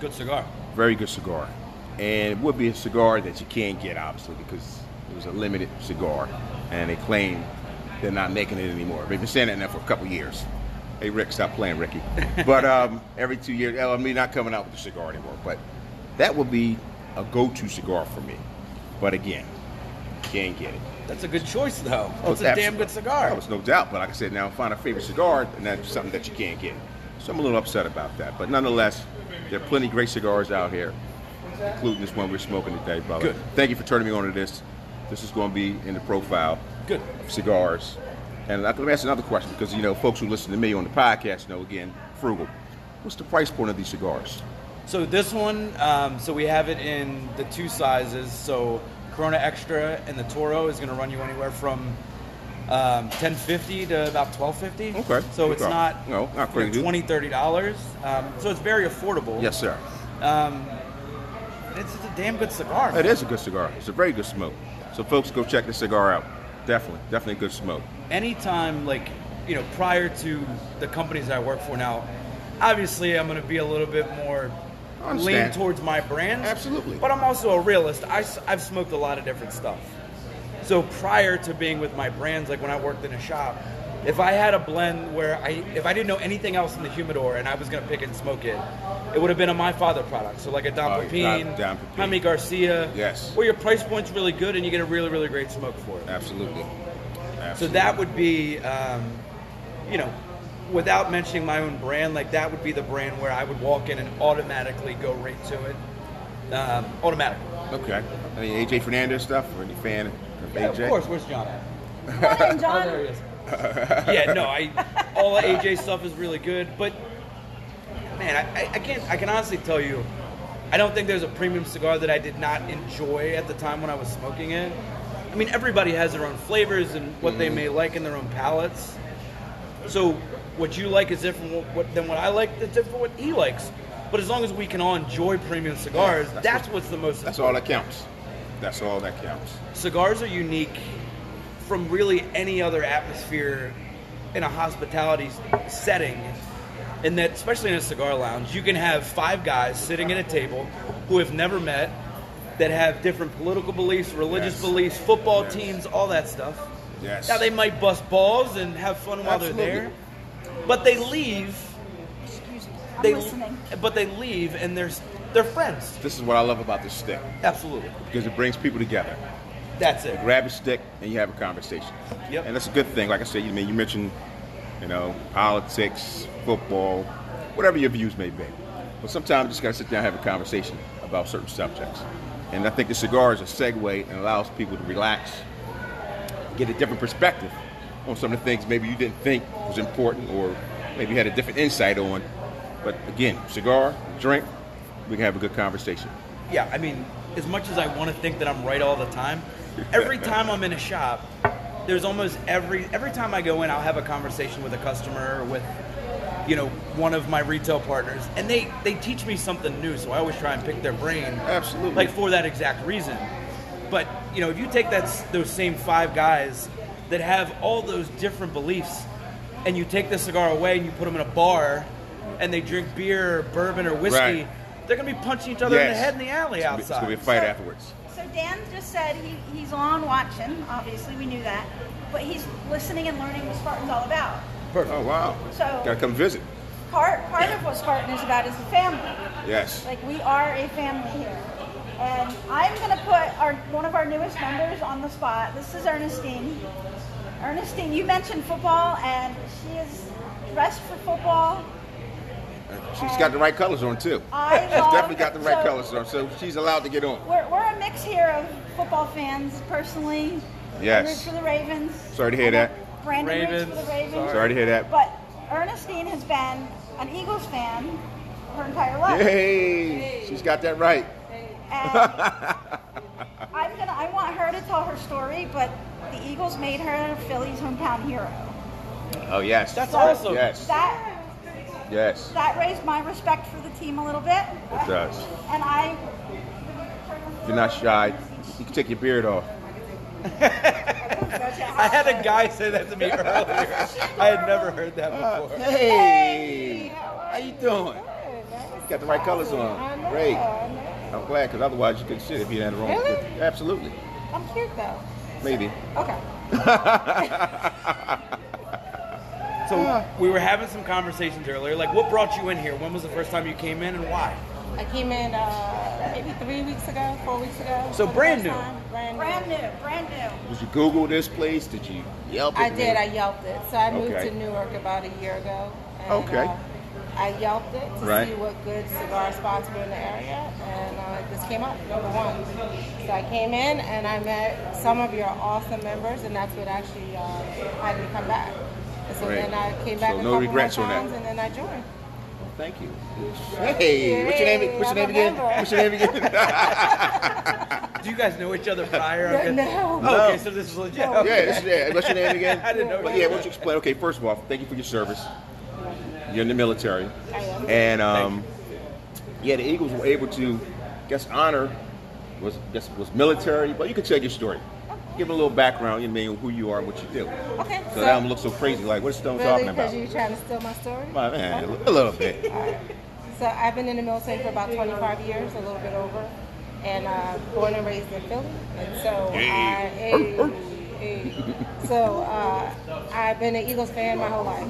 Good cigar. very good cigar, and it would be a cigar that you can't get obviously because it was a limited cigar, and they claim they're not making it anymore. They've been saying that now for a couple years. Hey, Rick, stop playing, Ricky. but um, every two years, oh, I mean, not coming out with a cigar anymore. But that would be a go-to cigar for me. But again, can't get it. That's a good choice, though. Oh, It's a damn good cigar. That was no doubt. But like I said, now find a favorite cigar, and that's something that you can't get. So I'm a little upset about that. But nonetheless, there are plenty of great cigars out here, including this one we're smoking today, brother. Good. Thank you for turning me on to this. This is going to be in the profile Good. of cigars. And I'm going to ask another question because, you know, folks who listen to me on the podcast know, again, frugal. What's the price point of these cigars? So this one, um, so we have it in the two sizes. So Corona Extra and the Toro is going to run you anywhere from um, 1050 to about 1250. Okay. So it's Okay. not No, not you know, crazy. 20 30 dollars. Um, so it's very affordable. Yes, sir. Um, it's, it's a damn good cigar. It is a good cigar. It's a very good smoke. So, folks, go check this cigar out. Definitely, definitely a good smoke. anytime like you know prior to the companies that I work for now, obviously I'm going to be a little bit more I lean understand. towards my brand. Absolutely. But I'm also a realist. I, have smoked a lot of different stuff. So prior to being with my brands, like when I worked in a shop, if I had a blend where I if I didn't know anything else in the humidor and I was going to pick and smoke it, it would have been a my father product. So like a Don Oh, yeah, Pepin, Don Pepin. Jaime Garcia. Yes. Where your price point's really good and you get a really really great smoke for it. Absolutely. So Absolutely. that would be, um, you know, without mentioning my own brand, like that would be the brand where I would walk in and automatically go right to it. Um, automatically. okay. Any AJ Fernandez stuff or any fan of Yeah, AJ? of course. Where's John at? Morning, Oh, there John. he is. *laughs* yeah, no, I all the AJ stuff is really good, but man, I, I, I can't. I can honestly tell you, I don't think there's a premium cigar that I did not enjoy at the time when I was smoking it. I mean, everybody has their own flavors and what Mm-hmm. they may like in their own palates. So, what you like is different what, what, than what I like. That's different from what he likes. But as long as we can all enjoy premium cigars, Yeah, that's that's, what's the most. That's all that counts. That's all that counts. Cigars are unique from really any other atmosphere in a hospitality s- setting. In that, especially in a cigar lounge, you can have five guys sitting at a table who have never met, that have different political beliefs, religious Yes. beliefs, football Yes. teams, all that stuff. Yes. Now they might bust balls and have fun while they're Absolutely. there, but they leave. Excuse me. I'm They listening. but they leave and they're s- they're friends. This is what I love about this stick Absolutely, because it brings people together. that's it. Grab a stick and you have a conversation. Yep. And that's a good thing. Like I said, you mean you mentioned, you know, politics, football, whatever your views may be. But sometimes you just gotta sit down and have a conversation about certain subjects. And I think the cigar is a segue and allows people to relax get a different perspective on some of the things maybe you didn't think was important or maybe you had a different insight on. But again, cigar, drink, we can have a good conversation. yeah, I mean, as much as I want to think that I'm right all the time, *laughs* every time I'm in a shop, there's almost every every time I go in, I'll have a conversation with a customer or with you know one of my retail partners, and they they teach me something new. So I always try and pick their brain, Absolutely. like for that exact reason. But you know, if you take that s- those same five guys that have all those different beliefs, and you take the cigar away and you put them in a bar, and they drink beer or bourbon or whiskey. Right. They're gonna be punching each other in the Yes. head in the alley It's gonna be- outside. It's gonna be a fight So- afterwards. So Dan just said he, he's on watching. Obviously, we knew that, but he's listening and learning what Spartan's all about. Oh wow. So- gotta come visit. Part part of what Spartan is about is the family. Yes. Like we are a family here. And I'm gonna put our one of our newest members on the spot. This is Ernestine. Ernestine, you mentioned football and she is dressed for football. She's got the right colors on too. I *laughs* She's love- definitely got the right so- colors on, so she's allowed to get on. We're, we're a mix here of football fans personally I root Yes. for the Ravens. Sorry to hear I that. know Brandon roots for Ravens. the Ravens. Sorry to hear that. But Ernestine has been an Eagles fan her entire life. Hey, she's got that right. *laughs* And I'm Oh, gonna. I want her to tell her story, but the Eagles made her Philly's hometown hero. Oh yes. That's awesome. Yes. That Yes. that raised my respect for the team a little bit. It does. And I. If you're not shy, you can take your beard off. I had a guy say that *laughs* to me earlier. I had never heard that before. Hey, how you doing? Got the right colors I on. know, Great. I know. I'm glad, because otherwise you couldn't sit if you had the wrong. Really? Absolutely. I'm cute though. Maybe. *laughs* Okay. So we were having some conversations earlier. Like, what brought you in here? When was the first time you came in, and why? I came in uh, maybe three weeks ago, four weeks ago. So for the brand first new. time. Brand new. Brand new. Brand new. Did you Google this place? Did you Yelp it? I did. I Yelped it. So I moved Okay. to Newark about a year ago. And, Okay. uh, I Yelped it to Right. see what good cigar spots were in the area, and uh, this came up number one. So I came in and I met some of your awesome members, and that's what actually uh, had me come back. And so Great. then I came back So a no couple regrets more on that. times, and then I joined. Thank you. Hey, what's your name? What's your name again? What's your name *laughs* again? Do you guys know each other *laughs* prior? No, Okay. no. Oh, okay, No. so this is legit. No. Okay. yeah, this, yeah. What's your name again? *laughs* I didn't know But you yeah, were. why don't you explain? Okay, first of all, thank you for your service. You're in the military, I am. and um, yeah, the Eagles were able to, I guess honor was I guess was military, but you can tell your story. Give a little background, you know, who you are, and what you do. Okay. So that don't look so crazy. Like what's Stone really talking because about? you trying to steal my story? My man, a little *laughs* bit. So I've been in the military for about 25 years, a little bit over, and uh, born and raised in Philly. And so I, hey, hey. so uh, I've been an Eagles fan my whole life,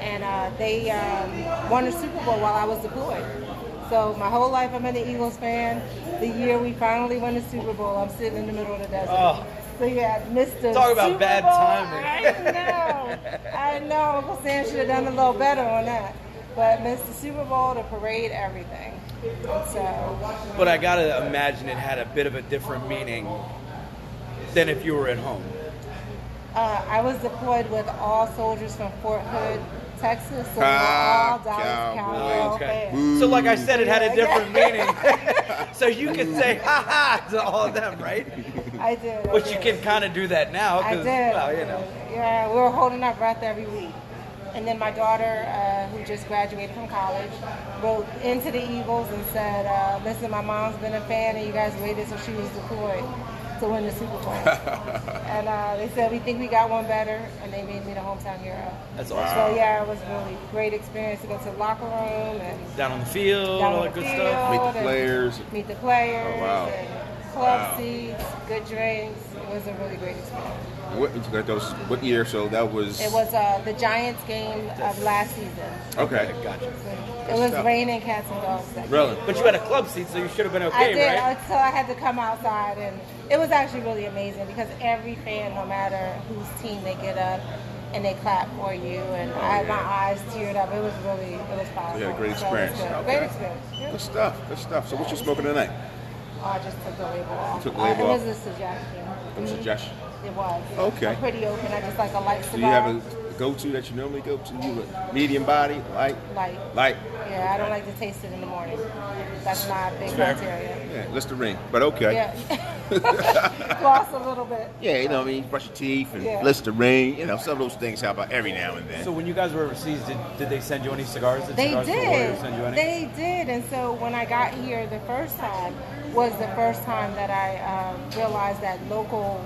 and uh, they um, won the Super Bowl while I was deployed. So my whole life I've been an Eagles fan. The year we finally won the Super Bowl, I'm sitting in the middle of the desert. Oh. So yeah, Mr. Talk about Super bad Bowl. timing. I know. I know. Uncle Sam should have done a little better on that. But missed the Super Bowl, the parade, everything. And so, But I gotta imagine it had a bit of a different meaning than if you were at home. uh, I was deployed with all soldiers from Fort Hood, Texas. So we were Cow- all Dallas cowboys. Cowboys. Okay. fans. So, like I said, it had a *laughs* different meaning. so you could say "ha ha" to all of them, right? I did. I But you did. can kind of do that now I because, did. well, you know. Yeah, we were holding our breath every week. And then my daughter, uh, who just graduated from college, wrote into the Eagles and said, uh, "Listen, my mom's been a fan, and you guys waited till she was deployed to win the Super *laughs* Bowl." and uh, they said, "We think we got one better," and they made me the hometown hero. That's So awesome. yeah, it was really great experience to go to the locker room and Down on the field, Down all on that the good field. stuff. Meet the and- players. meet the players, Oh, wow. and club Wow. seats, good drinks. It was a really great experience. What, that was- what year? So that was. It was uh, the Giants game of last season. Okay. Gotcha. It was raining cats and dogs. That Really? But you had a club seat, so you should have been I okay, did, right? uh, so I had to come outside, and it was actually really amazing because every fan, no matter whose team, they get up and they clap for you, and I had my eyes teared up. It was really, it was powerful. Oh, You had a great So it was experience. good. Okay. Great experience. yeah. Good stuff. Good stuff. So what you smoking tonight? Oh, I just took the label off. Took the Uh, label it off. was a suggestion. Some suggestion. It was. Okay. I'm pretty open. I just like a light cigar. Do you have a go-to that you normally go to? You a medium body, light, light? light. Yeah, I don't like to taste it in the morning. That's my big Fair. criteria. Yeah, that's the ring. But okay. Yeah. *laughs* Gloss a little bit. Yeah, you know what I mean. Brush your teeth and Yeah. listen to ring. You know, some of those things happen every now and then. So when you guys were overseas, did, did they send you any cigars? Did They cigars for did. Warriors send you any? They did. And so when I got here the first time was the first time that I um, realized that local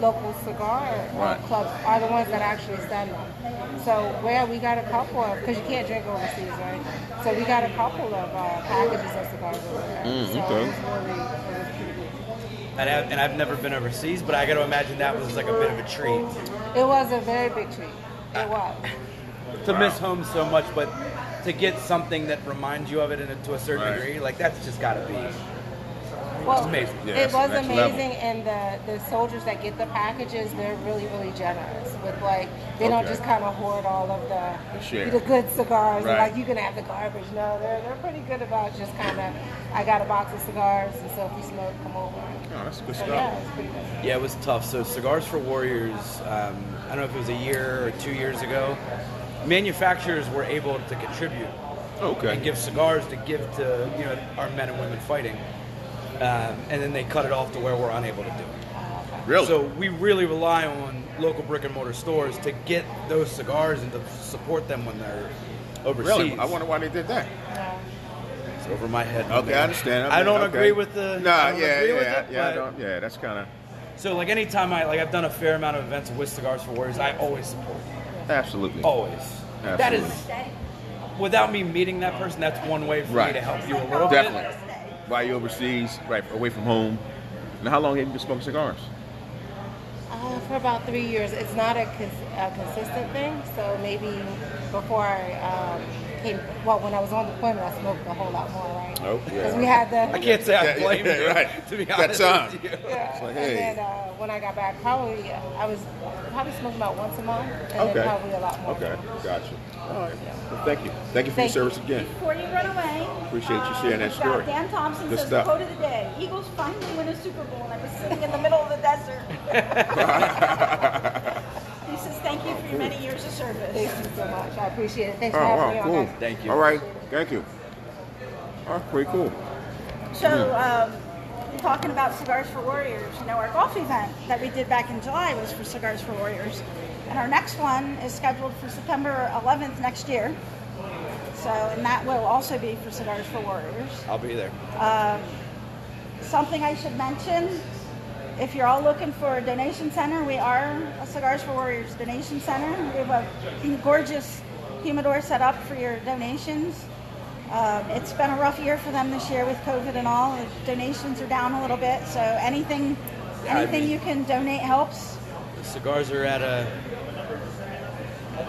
local cigar uh, Right. clubs are the ones that actually send them. So where we got a couple of because you can't drink overseas, right? So we got a couple of uh, packages of cigars over there. okay. so it was really it was pretty good. and, I, and I've never been overseas, but I got to imagine that was like a bit of a treat It was a very big treat. It was. to miss home so much, but to get something that reminds you of it in a, to a certain Right. degree, like that's just got to be It's amazing. Yeah, it that's the was next amazing, level. and the, the soldiers that get the packages, they're really, really generous with like they don't Okay. just kind of hoard all of They the share. the good cigars. and, Right. Like you're gonna have the garbage. No, they're they're pretty good about just kind of. I got a box of cigars, and so if you smoke, come over. Oh, that's good So, stuff. yeah, it's pretty good. Yeah, it was tough. So Cigars for Warriors, um, I don't know if it was a year or two years ago, manufacturers were able to contribute Okay. and give cigars to give to you know our men and women fighting, um, and then they cut it off to where we're unable to do it. really? So we really rely on local brick and mortar stores to get those cigars and to support them when they're overseas. really? I wonder why they did that. It's over my head. my Okay, man. I understand. I don't okay. agree with the. Nah, I don't yeah, agree yeah, with it, yeah. I but- don't, yeah, that's kind of So like anytime I like I've done a fair amount of events with Cigars for Warriors, I always support. absolutely. Always. That is Stay. without me meeting that person. That's one way for Right. me to help you a little Definitely. bit. While you overseas, right away from home. Now, how long have you been smoking cigars? Uh, for about three years, it's not a, cons- a consistent thing. So maybe before I um, came, well, when I was on deployment, I smoked a whole lot more, right? Oh, yeah. Because we had the I can't say I Yeah, yeah, blame yeah, you. right. To be That honest time. with you. Yeah. like, hey. And then uh, when I got back, probably uh, I was probably smoking about once a month, and Okay. then probably a lot more. Okay, gotcha. All right. Well, thank you. Thank you for Thank you. your service again. Before you run away, um, Appreciate you sharing that we've got story. Dan Thompson Good says stuff. the quote of the day: "Eagles finally win a Super Bowl, and I was sitting in the middle of the *laughs* desert." he says, "Thank you for your many years of service." Thank you so much. I appreciate it. Thanks Oh, for having wow, me cool. on. guys. Thank you. All right, thank you. Oh, pretty cool. So, um, we're talking about Cigars for Warriors. You know, our golf event that we did back in July was for Cigars for Warriors. And our next one is scheduled for September 11th next year. So, and that will also be for Cigars for Warriors. I'll be there. Something I should mention if you're all looking for a donation center, we are a Cigars for Warriors donation center. We have a gorgeous humidor set up for your donations. Um, it's been a rough year for them this year with COVID and all. The donations are down a little bit, so anything, Yeah, I anything mean- you can donate helps. The cigars are at a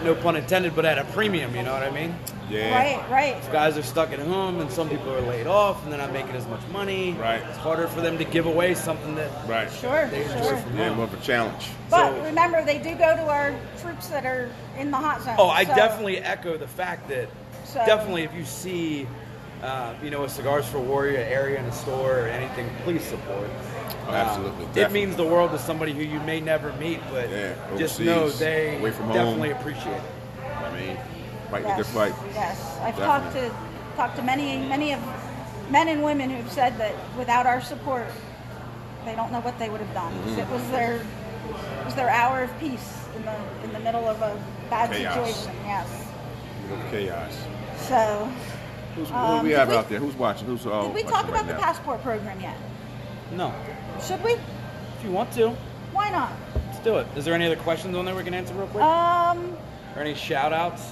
no pun intended, but at a premium. You know what I mean? Yeah. Right, right. Guys are stuck at home, and some people are laid off, and they're not making as much money. Right. It's harder for them to give away something that. Right. Sure, They enjoy sure. from Yeah, home. more of a challenge. But So- remember, they do go to our troops that are in the hot zone. Oh, I so- definitely echo the fact that So- definitely if you see, uh, you know, a Cigars for Warrior area in a store or anything, please support. Oh, Um, absolutely. It means the world to somebody who you may never meet, but Yeah, just know overseas, they away from home. definitely appreciate it. I mean, fight the Yes. good fight. Yes, I've Definitely. talked to talked to many many of men and women who've said that without our support, they don't know what they would have done. Mm-hmm. It was their it was their hour of peace in the in the middle of a bad Chaos. situation. Yes. Little chaos. So, Who's, who Um, do we did have we- out there? Who's watching? Who's all did we watching talk right about the Oh, now? passport program yet? No, Should we? if you want to, Why not? let's do it. Is there any other questions on there we can answer real quick? Um, or any shout outs?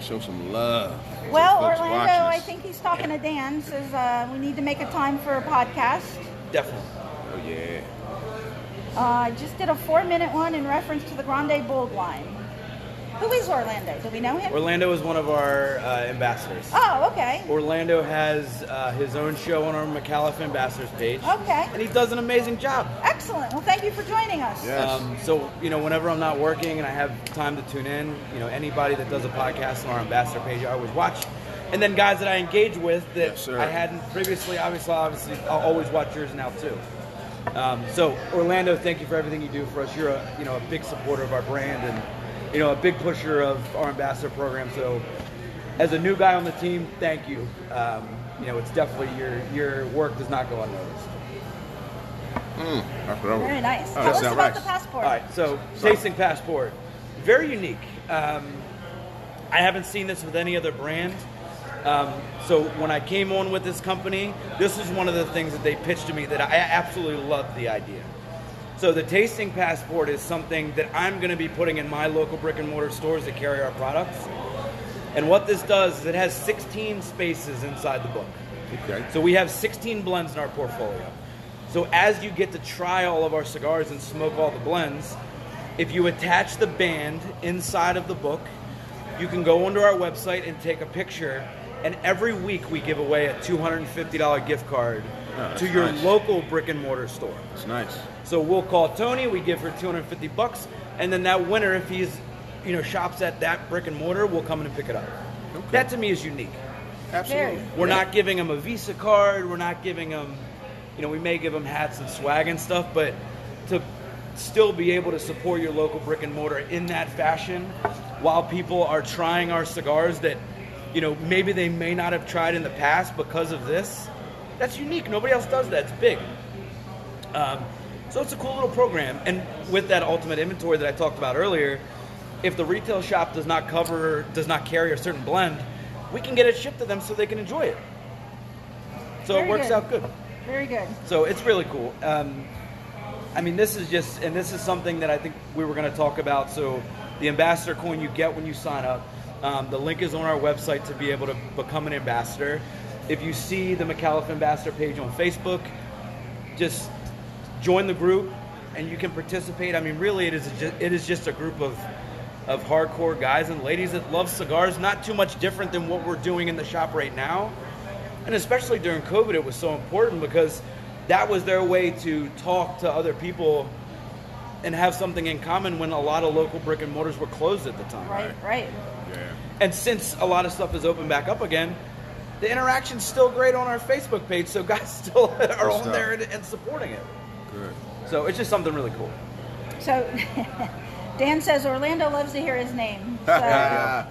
Show some love. well, Folks watching Orlando, us. I think he's talking to Dan. Says uh, we need to make a time for a podcast. Definitely. Oh yeah. Uh, I just did a four-minute one in reference to the Grande Bull line. Who is Orlando? Do we know him? Orlando is one of our uh, ambassadors. Oh, okay. Orlando has uh, his own show on our McAuliffe Ambassadors page. Okay. And he does an amazing job. Excellent. Well, thank you for joining us. Yes. Um, so you know, whenever I'm not working and I have time to tune in, you know, anybody that does a podcast on our ambassador page, I always watch. And then guys that I engage with that Yes, sir. I hadn't previously, obviously, obviously, I'll always watch yours now too. Um, so Orlando, thank you for everything you do for us. You're a you know a big supporter of our brand and you know a big pusher of our ambassador program. So as a new guy on the team, thank you. Um, you know, it's definitely your your work does not go unnoticed. That's what I- Very nice. Oh, Tell that us sounds about right. the passport. All right, so tasting passport, very unique. Um, I haven't seen this with any other brand. Um, so when I came on with this company, this is one of the things that they pitched to me that I absolutely loved the idea. So the tasting passport is something that I'm going to be putting in my local brick and mortar stores that carry our products. And what this does is it has 16 spaces inside the book. Okay. So we have 16 blends in our portfolio. So as you get to try all of our cigars and smoke all the blends, if you attach the band inside of the book, you can go onto our website and take a picture And every week we give away a $250 gift card Oh, that's to your nice. local brick and mortar store. It's nice. So we'll call Tony. We give her 250 bucks, and then that winner, if he's, you know, shops at that brick and mortar, will come in and pick it up. Okay. That to me is unique. Absolutely. We're not giving them a Visa card. We're not giving them, you know, we may give them hats and swag and stuff, but to still be able to support your local brick and mortar in that fashion while people are trying our cigars that, you know, maybe they may not have tried in the past because of this, that's unique. Nobody else does that. It's big. Um, so it's a cool little program. And with that ultimate inventory that I talked about earlier, if the retail shop does not cover, does not carry a certain blend, we can get it shipped to them so they can enjoy it. So it Very works good. out good. Very good. So it's really cool. Um, I mean, this is just, and this is something that I think we were going to talk about. So the ambassador coin you get when you sign up. Um, the link is on our website to be able to become an ambassador. If you see the McAuliffe Ambassador page on Facebook, just join the group and you can participate. I mean, really, it is just, it is just a group of of hardcore guys and ladies that love cigars. Not too much different than what we're doing in the shop right now, and especially during COVID, it was so important because that was their way to talk to other people and have something in common when a lot of local brick and mortars were closed at the time. Right, right. And since a lot of stuff is open back up again, the interaction's still great on our Facebook page, so guys *laughs* still are on stuff. there and, and supporting it. Good. So it's just something really cool. So *laughs* Dan says Orlando loves to hear his *laughs* name. So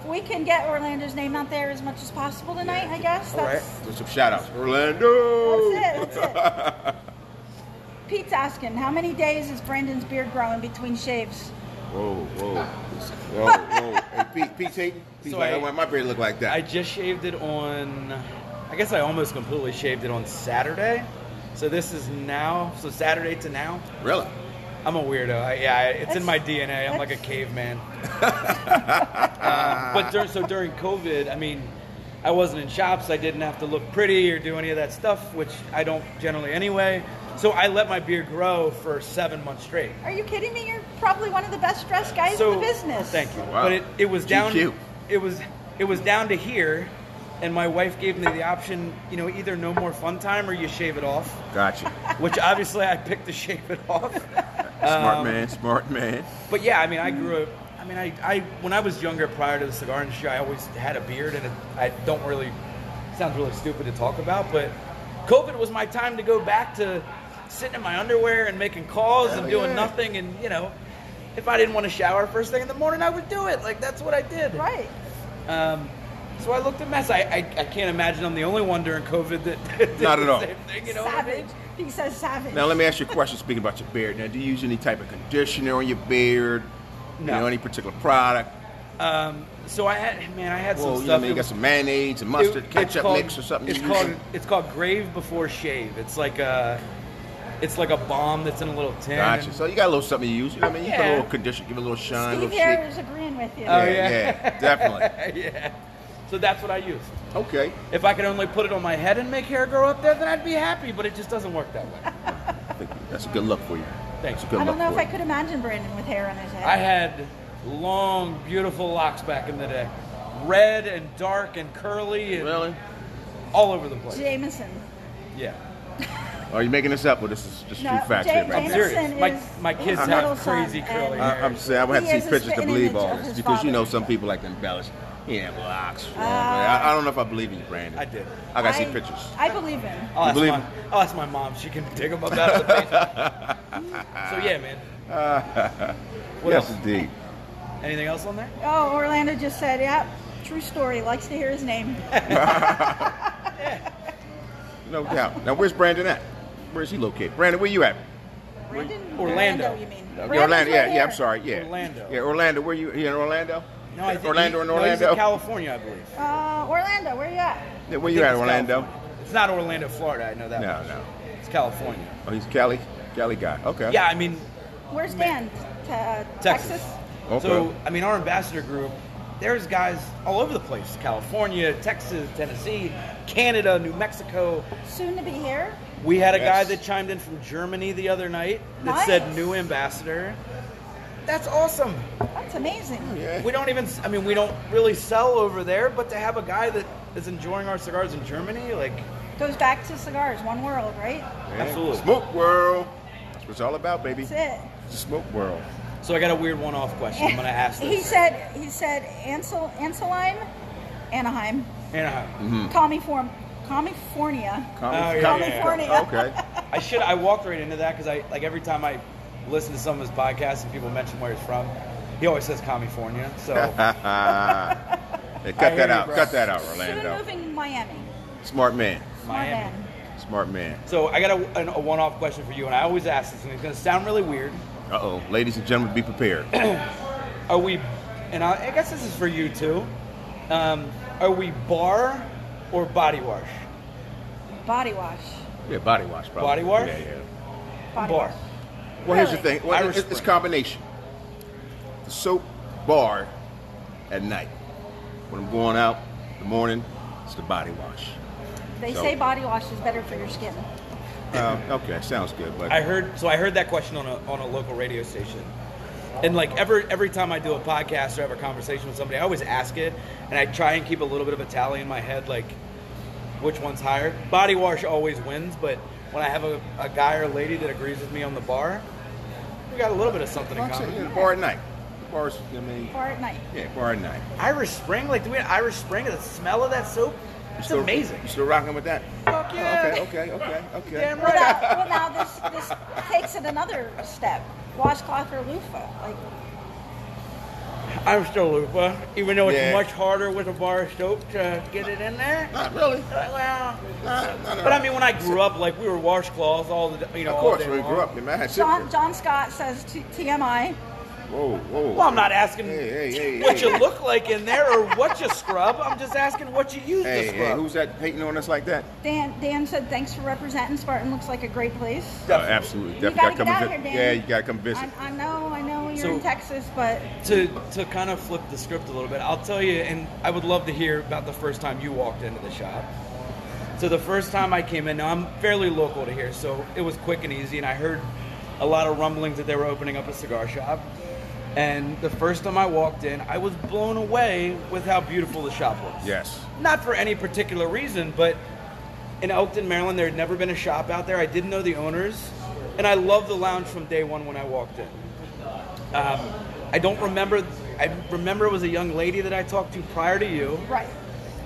*laughs* if we can get Orlando's name out there as much as possible tonight, I guess. All That's, Do some shout outs. Orlando. that's it. That's it. Pete's asking, how many days is Brandon's beard growing between shaves? *laughs* Whoa, whoa. *laughs* Whoa, whoa. Hey, Pete, Pete Hayden. Pete's So like, I- I want my beard to look like that. I just shaved it on, I guess I almost completely shaved it on Saturday. So this is now, so Saturday to now. really? I'm a weirdo. I, yeah, I- it's That's- in my DNA. I'm like a that's- *laughs* caveman. Uh, but during, so during COVID, I mean, I wasn't in shops. I didn't have to look pretty or do any of that stuff, which I don't generally anyway. So I let my beard grow for seven months straight. Are you kidding me? You're probably one of the best dressed guys so in the business. Thank you. Wow. But it, it was down. GQ. It was it was down to here, and my wife gave me the option. You know, either no more fun time or you shave it off. Um, Gotcha. Which obviously I picked to shave it off. smart man, smart man. But yeah, I mean, I grew up. I mean, I, I when I was younger, prior to the cigar industry, I always had a beard, and it, I don't really sounds really stupid to talk about, but COVID was my time to go back to sitting in my underwear and making calls and doing yeah. nothing, and you know, if I didn't want to shower first thing in the morning, I would do it. Like that's what I did. Right. Um, so I looked a mess. I, I, I can't imagine I'm the only one during COVID that, *laughs* that did Not at the all. Same thing, you know what I mean? savage. He says savage. Now, let me ask you a question speaking about your beard. Now, do you use any type of conditioner on your beard? No. You know, any particular product? Um, so I had man, I had Well, some you know, stuff. maybe you that got some mayonnaise and mustard, It- it's ketchup called- mix or something. It's you called using? it's called Grave Before Shave. It's like a it's like a bomb that's in a little tin. Gotcha. So you got a little something you use. You know what I mean? You put a Yeah. little conditioner, give it a little shine, a Steve little here shake. is agreeing with you. Oh, yeah. yeah, definitely. *laughs* yeah. So that's what I use. Okay. If I could only put it on my head and make hair grow up there, then I'd be happy. But it just doesn't work that way. I think that's a good look for you. Thanks. That's a good I look don't know if for I you. could imagine Brandon with hair on his head. I had long, beautiful locks back in the day, red and dark and curly and Really? all over the place. Jameson. Yeah. Are you making this up, or this is just No, true facts Ja- here, right? I'm Jameson now? serious. My- is my kids his have middle son, crazy curly and- hair. I, Uh, I'm saying I would have He to is see a pictures to spitting believe image all of this his because you know father. some people like to embellish. Yeah, locks. you know, Uh, I, I don't know if I believe in you, Brandon. I did. I gotta see pictures. I believe him. I'll You ask, believe my, him? I'll ask my mom. She can dig them up out of the basement. *laughs* so yeah, man. what yes, else? indeed. Anything else on there? Oh, Orlando just said, yeah, true story. Likes to hear his name. No doubt. Now, where's Brandon at? Where's he located? Brandon, where you at? Brandon, Orlando. you mean? Okay, Brandon's Orlando. right Yeah, yeah. here. I'm sorry. Yeah. Orlando. Yeah, Orlando. Where you? You in Orlando? No, I think Orlando he- and no, he's Orlando. in California, I believe. Uh, Orlando, where you at? Yeah, I where think you at, it's Orlando? California. It's not Orlando, Florida. I know that. No, much. no. It's California. Oh, he's Cali, Cali guy. Okay. Yeah, I mean, Where's Dan? T- uh, Texas. Okay. So I mean, our ambassador group. There's guys all over the place: California, Texas, Tennessee, Canada, New Mexico. Soon to be here. We had a guy Yes. that chimed in from Germany the other night that Nice. said new ambassador. That's awesome. That's amazing. We don't even, I mean, we don't really sell over there, but to have a guy that is enjoying our cigars in Germany, like, Goes back to cigars, one world, right? Absolutely. Smoke world. That's what it's all about, baby. That's it. It's the smoke world. so I got a weird one off question. I'm going to *laughs* ask He this. said, he said, Ansel, Anselheim, Anaheim, Anaheim. Californ- California. Oh, yeah, California. yeah. Okay. I should, I walked right into that because I, like, every time I listen to some of his podcasts and people mention where he's from, he always says California. So, *laughs* *laughs* Hey, I cut hear that you, out. bro. Cut that out, Soon Orlando. moving to Miami. Smart man. My Miami. man. Smart man. So I got a, an- a one-off question for you, and I always ask this, and it's going to sound really weird. Uh oh. Ladies and gentlemen, be *clears throat* prepared. Are we, and I, I guess this is for you too. Um, are we bar or body wash? Body wash. yeah, body wash, probably. Body wash? Yeah, yeah. Body bar. wash. Well, here's the Really? thing. Well, Irish it's, it's Spring. combination. The soap bar at night. When I'm going out in the morning, it's the body wash. They So- say body wash is better for your skin. Um, okay, sounds good, but I heard so I heard that question on a on a local radio station. And like every every time I do a podcast or have a conversation with somebody, I always ask it and I try and keep a little bit of a tally in my head like which one's higher. Body wash always wins, but when I have a, a guy or lady that agrees with me on the bar, we got a little bit of something in Like I said, common. yeah, the bar at night. The bar's, I mean, Bar at night. yeah, bar at night. Irish Spring, like do we have Irish Spring? The smell of that soap, it's Still- amazing. You still rocking with that? Fuck yeah. Okay, okay, okay, okay. Damn Well, right. now, well, now this, this takes it another step. Washcloth or loofah. Like, I'm still loofah, even though it's Yeah. much harder with a bar of soap to get it in there. Not really. Well, uh, Nah, not at but I all. mean, when I grew up, like we were washcloths all the, you know, of all course, day when we grew long. up, man, I had John, cigarettes. John Scott says t- TMI. Whoa, whoa. Well, I'm not asking Hey, hey, hey, what hey. you look like in there or what you scrub. I'm just asking what you use Hey, to hey, scrub. who's that hating on us like that? Dan, Dan said, thanks for representing. Spartan looks like a great place. Oh, absolutely. You Definitely gotta gotta get come out vi- here, Yeah, Dan. you gotta come visit. I, I know, I know you're So- in Texas, but to to kind of flip the script a little bit, I'll tell you, and I would love to hear about the first time you walked into the shop. So the first time I came in, now I'm fairly local to here, so it was quick and easy, and I heard a lot of rumblings that they were opening up a cigar shop. And the first time I walked in, I was blown away with how beautiful the shop was. Yes. Not for any particular reason, but in Elkton, Maryland, there had never been a shop out there. I didn't know the owners, and I loved the lounge from day one when I walked in. Um, I don't remember. I remember it was a young lady that I talked to prior to you, right.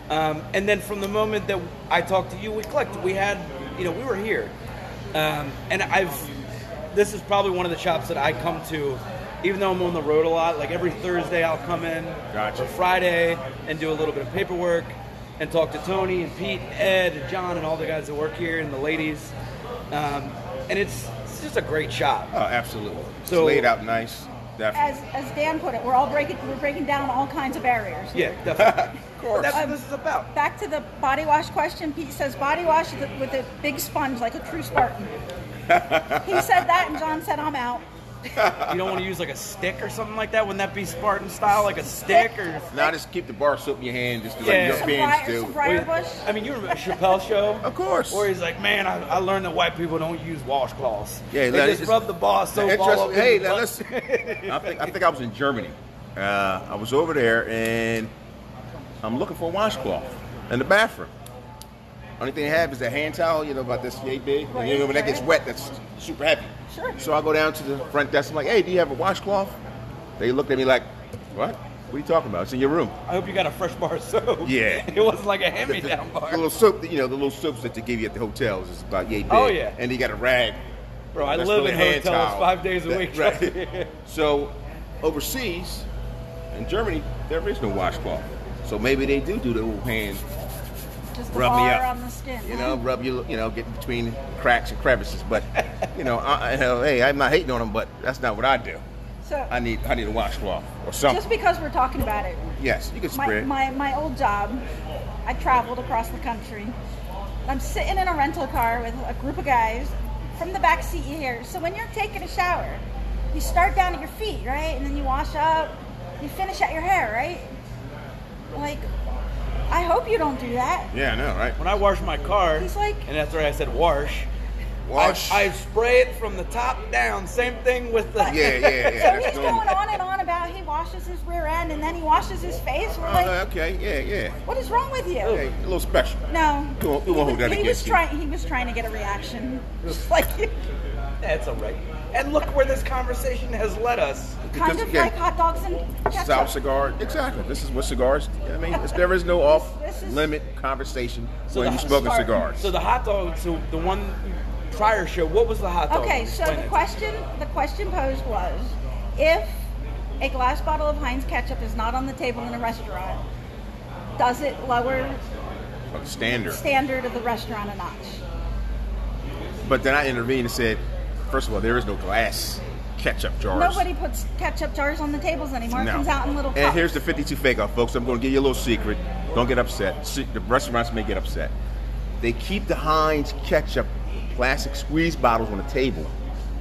um, and then from the moment that I talked to you, we clicked. We had, you know, we were here, um, and I've. This is probably one of the shops that I come to, even though I'm on the road a lot. Like every Thursday, I'll come in Gotcha. or Friday and do a little bit of paperwork and talk to Tony and Pete, and Ed, and John, and all the guys that work here and the ladies. Um, and it's, it's just a great shop. Oh, absolutely. So- it's laid out nice. Definitely. As, as Dan put it, we're all breaking, we're breaking down all kinds of barriers. Yeah, definitely. Of course. That's what this is about. Back to the body wash question. Pete says body wash with a- with a big sponge, like a *laughs* true Spartan. he said that, and John said, "I'm out." You don't want to use like a stick or something like that. Wouldn't that be Spartan style, like a stick or? Now just keep the bar soap in your hand, just Yeah. like Some, Europeans briar, some do. briar Well, bush. I mean, you remember Chappelle show? Of course. Where he's like, man, I, I learned that white people don't use washcloths. Yeah, they let- just it's- rub the bar soap all Interesting. over. *laughs* Hey, the now butt." listen. I think I think I was in Germany. Uh, I was over there and I'm looking for a washcloth in the bathroom. Only thing they have is a hand towel, you know, about this yay big. And you know, when that gets wet, that's super heavy. Sure. So I go down to the front desk. I'm like, hey, do you have a washcloth? They looked at me like, what? What are you talking about? It's in your room. I hope you got a fresh bar of *laughs* soap. Yeah. it wasn't like a hand The, me *laughs* down the- the bar. little soap, that- you know, the little soaps that they give you at the hotels is about yay big. Oh, yeah. And you got a rag. Bro, I That's live really in hand hotels towel. five days a That- week. right. So overseas, in Germany, there is no washcloth. So maybe they do do the little hand, Just the rub me bar up. on the skin. you huh? know, rub you, you know, get between cracks and crevices. But *laughs* you know, I, I, hell, hey, I'm not hating on them, but that's not what I do. So I need, I need a washcloth or something. just because we're talking about it, yes, you can my, spread. my, my old job, I traveled across the country. I'm sitting in a rental car with a group of guys from the back seat you hear. So when you're taking a shower, you start down at your feet, right? And then you wash up, you finish at your hair, right? Like, I hope you don't do that. yeah, I know, right? *laughs* When I wash my car, He's like- and that's right, I said wash. Wash. I, I spray it from the top down. Same thing with the. yeah, yeah, *laughs* yeah. So he's That's going normal. on and on about he washes his rear end and then he washes his face. We're Uh, like, okay, yeah, what is wrong with you? yeah. Hey, a little special. No. We won't- we won't hold that he was against you. trying. He was trying to get a reaction, *laughs* just like you. *laughs* That's all right. And look where this conversation has led us. Kind Because of again, like hot dogs and ketchup. South cigar, exactly. This is what cigars. I mean, it's- there is no off This is- limit conversation So when the- you smoking Sorry. cigars. So the hot dog. So the one prior show. What was the hot dog? Okay, so Explain the it. question the question posed was, if a glass bottle of Heinz ketchup is not on the table in a restaurant, does it lower standard. standard of the restaurant a notch? But then I intervened and said, first of all, there is no glass ketchup jars. Nobody puts ketchup jars on the tables anymore. It No. comes out in little cups. And here's the 52 fake out, folks. I'm going to give you a little secret. Don't get upset. Se- The restaurants may get upset. They keep the Heinz ketchup plastic squeeze bottles on the table,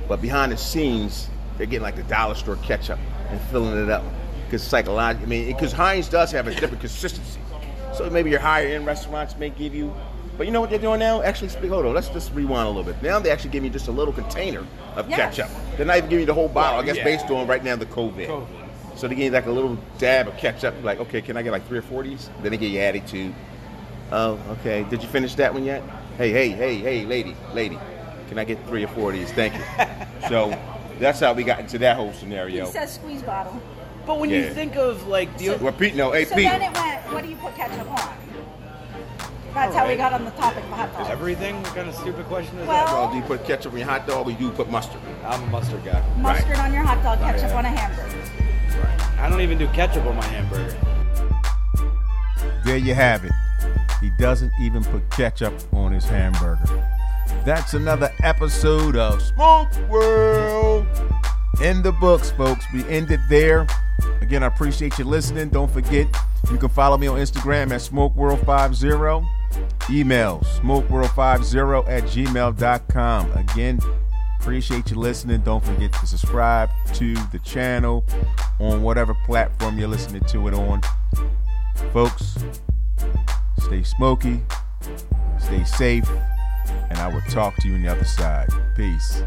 but behind the scenes, they're getting like the dollar store ketchup and filling it up. Because psychologically, I mean, because Heinz does have a different consistency. So maybe your higher end restaurants may give you, but you know what they're doing now? Actually, speak, hold on, let's just rewind a little bit. Now they actually give you just a little container of Yes. ketchup. They're not even giving you the whole bottle, I guess, Yeah. based on right now the COVID. So they give you like a little dab of ketchup. Like, okay, can I get like three or four of these? Then they get your attitude. Oh, okay. Did you finish that one yet? Hey, hey, hey, hey, lady, lady. Can I get three or four of these? *laughs* Thank you. so that's how we got into that whole he scenario. says squeeze bottle. But when Yeah. you think of like the So- Well, Pete, no, hey, so Pete. then it went. What do you put ketchup on? That's how we Alright. got on the topic of hot dogs. everything, what kind of stupid question is Well- Well, do you put ketchup on your hot dog or you put mustard? that? I'm a mustard guy. Mustard on your hot dog, ketchup yeah. on a hamburger. I don't even do ketchup on my hamburger. There you have it. He doesn't even put ketchup on his hamburger. That's another episode of Smoke World in the books, folks. We ended there. Again, I appreciate you listening. Don't forget, you can follow me on Instagram at SmokeWorld50. Email SmokeWorld50 at gmail.com. Again, appreciate you listening. Don't forget to subscribe to the channel on whatever platform you're listening to it on folks stay smoky stay safe and i will talk to you on the other side peace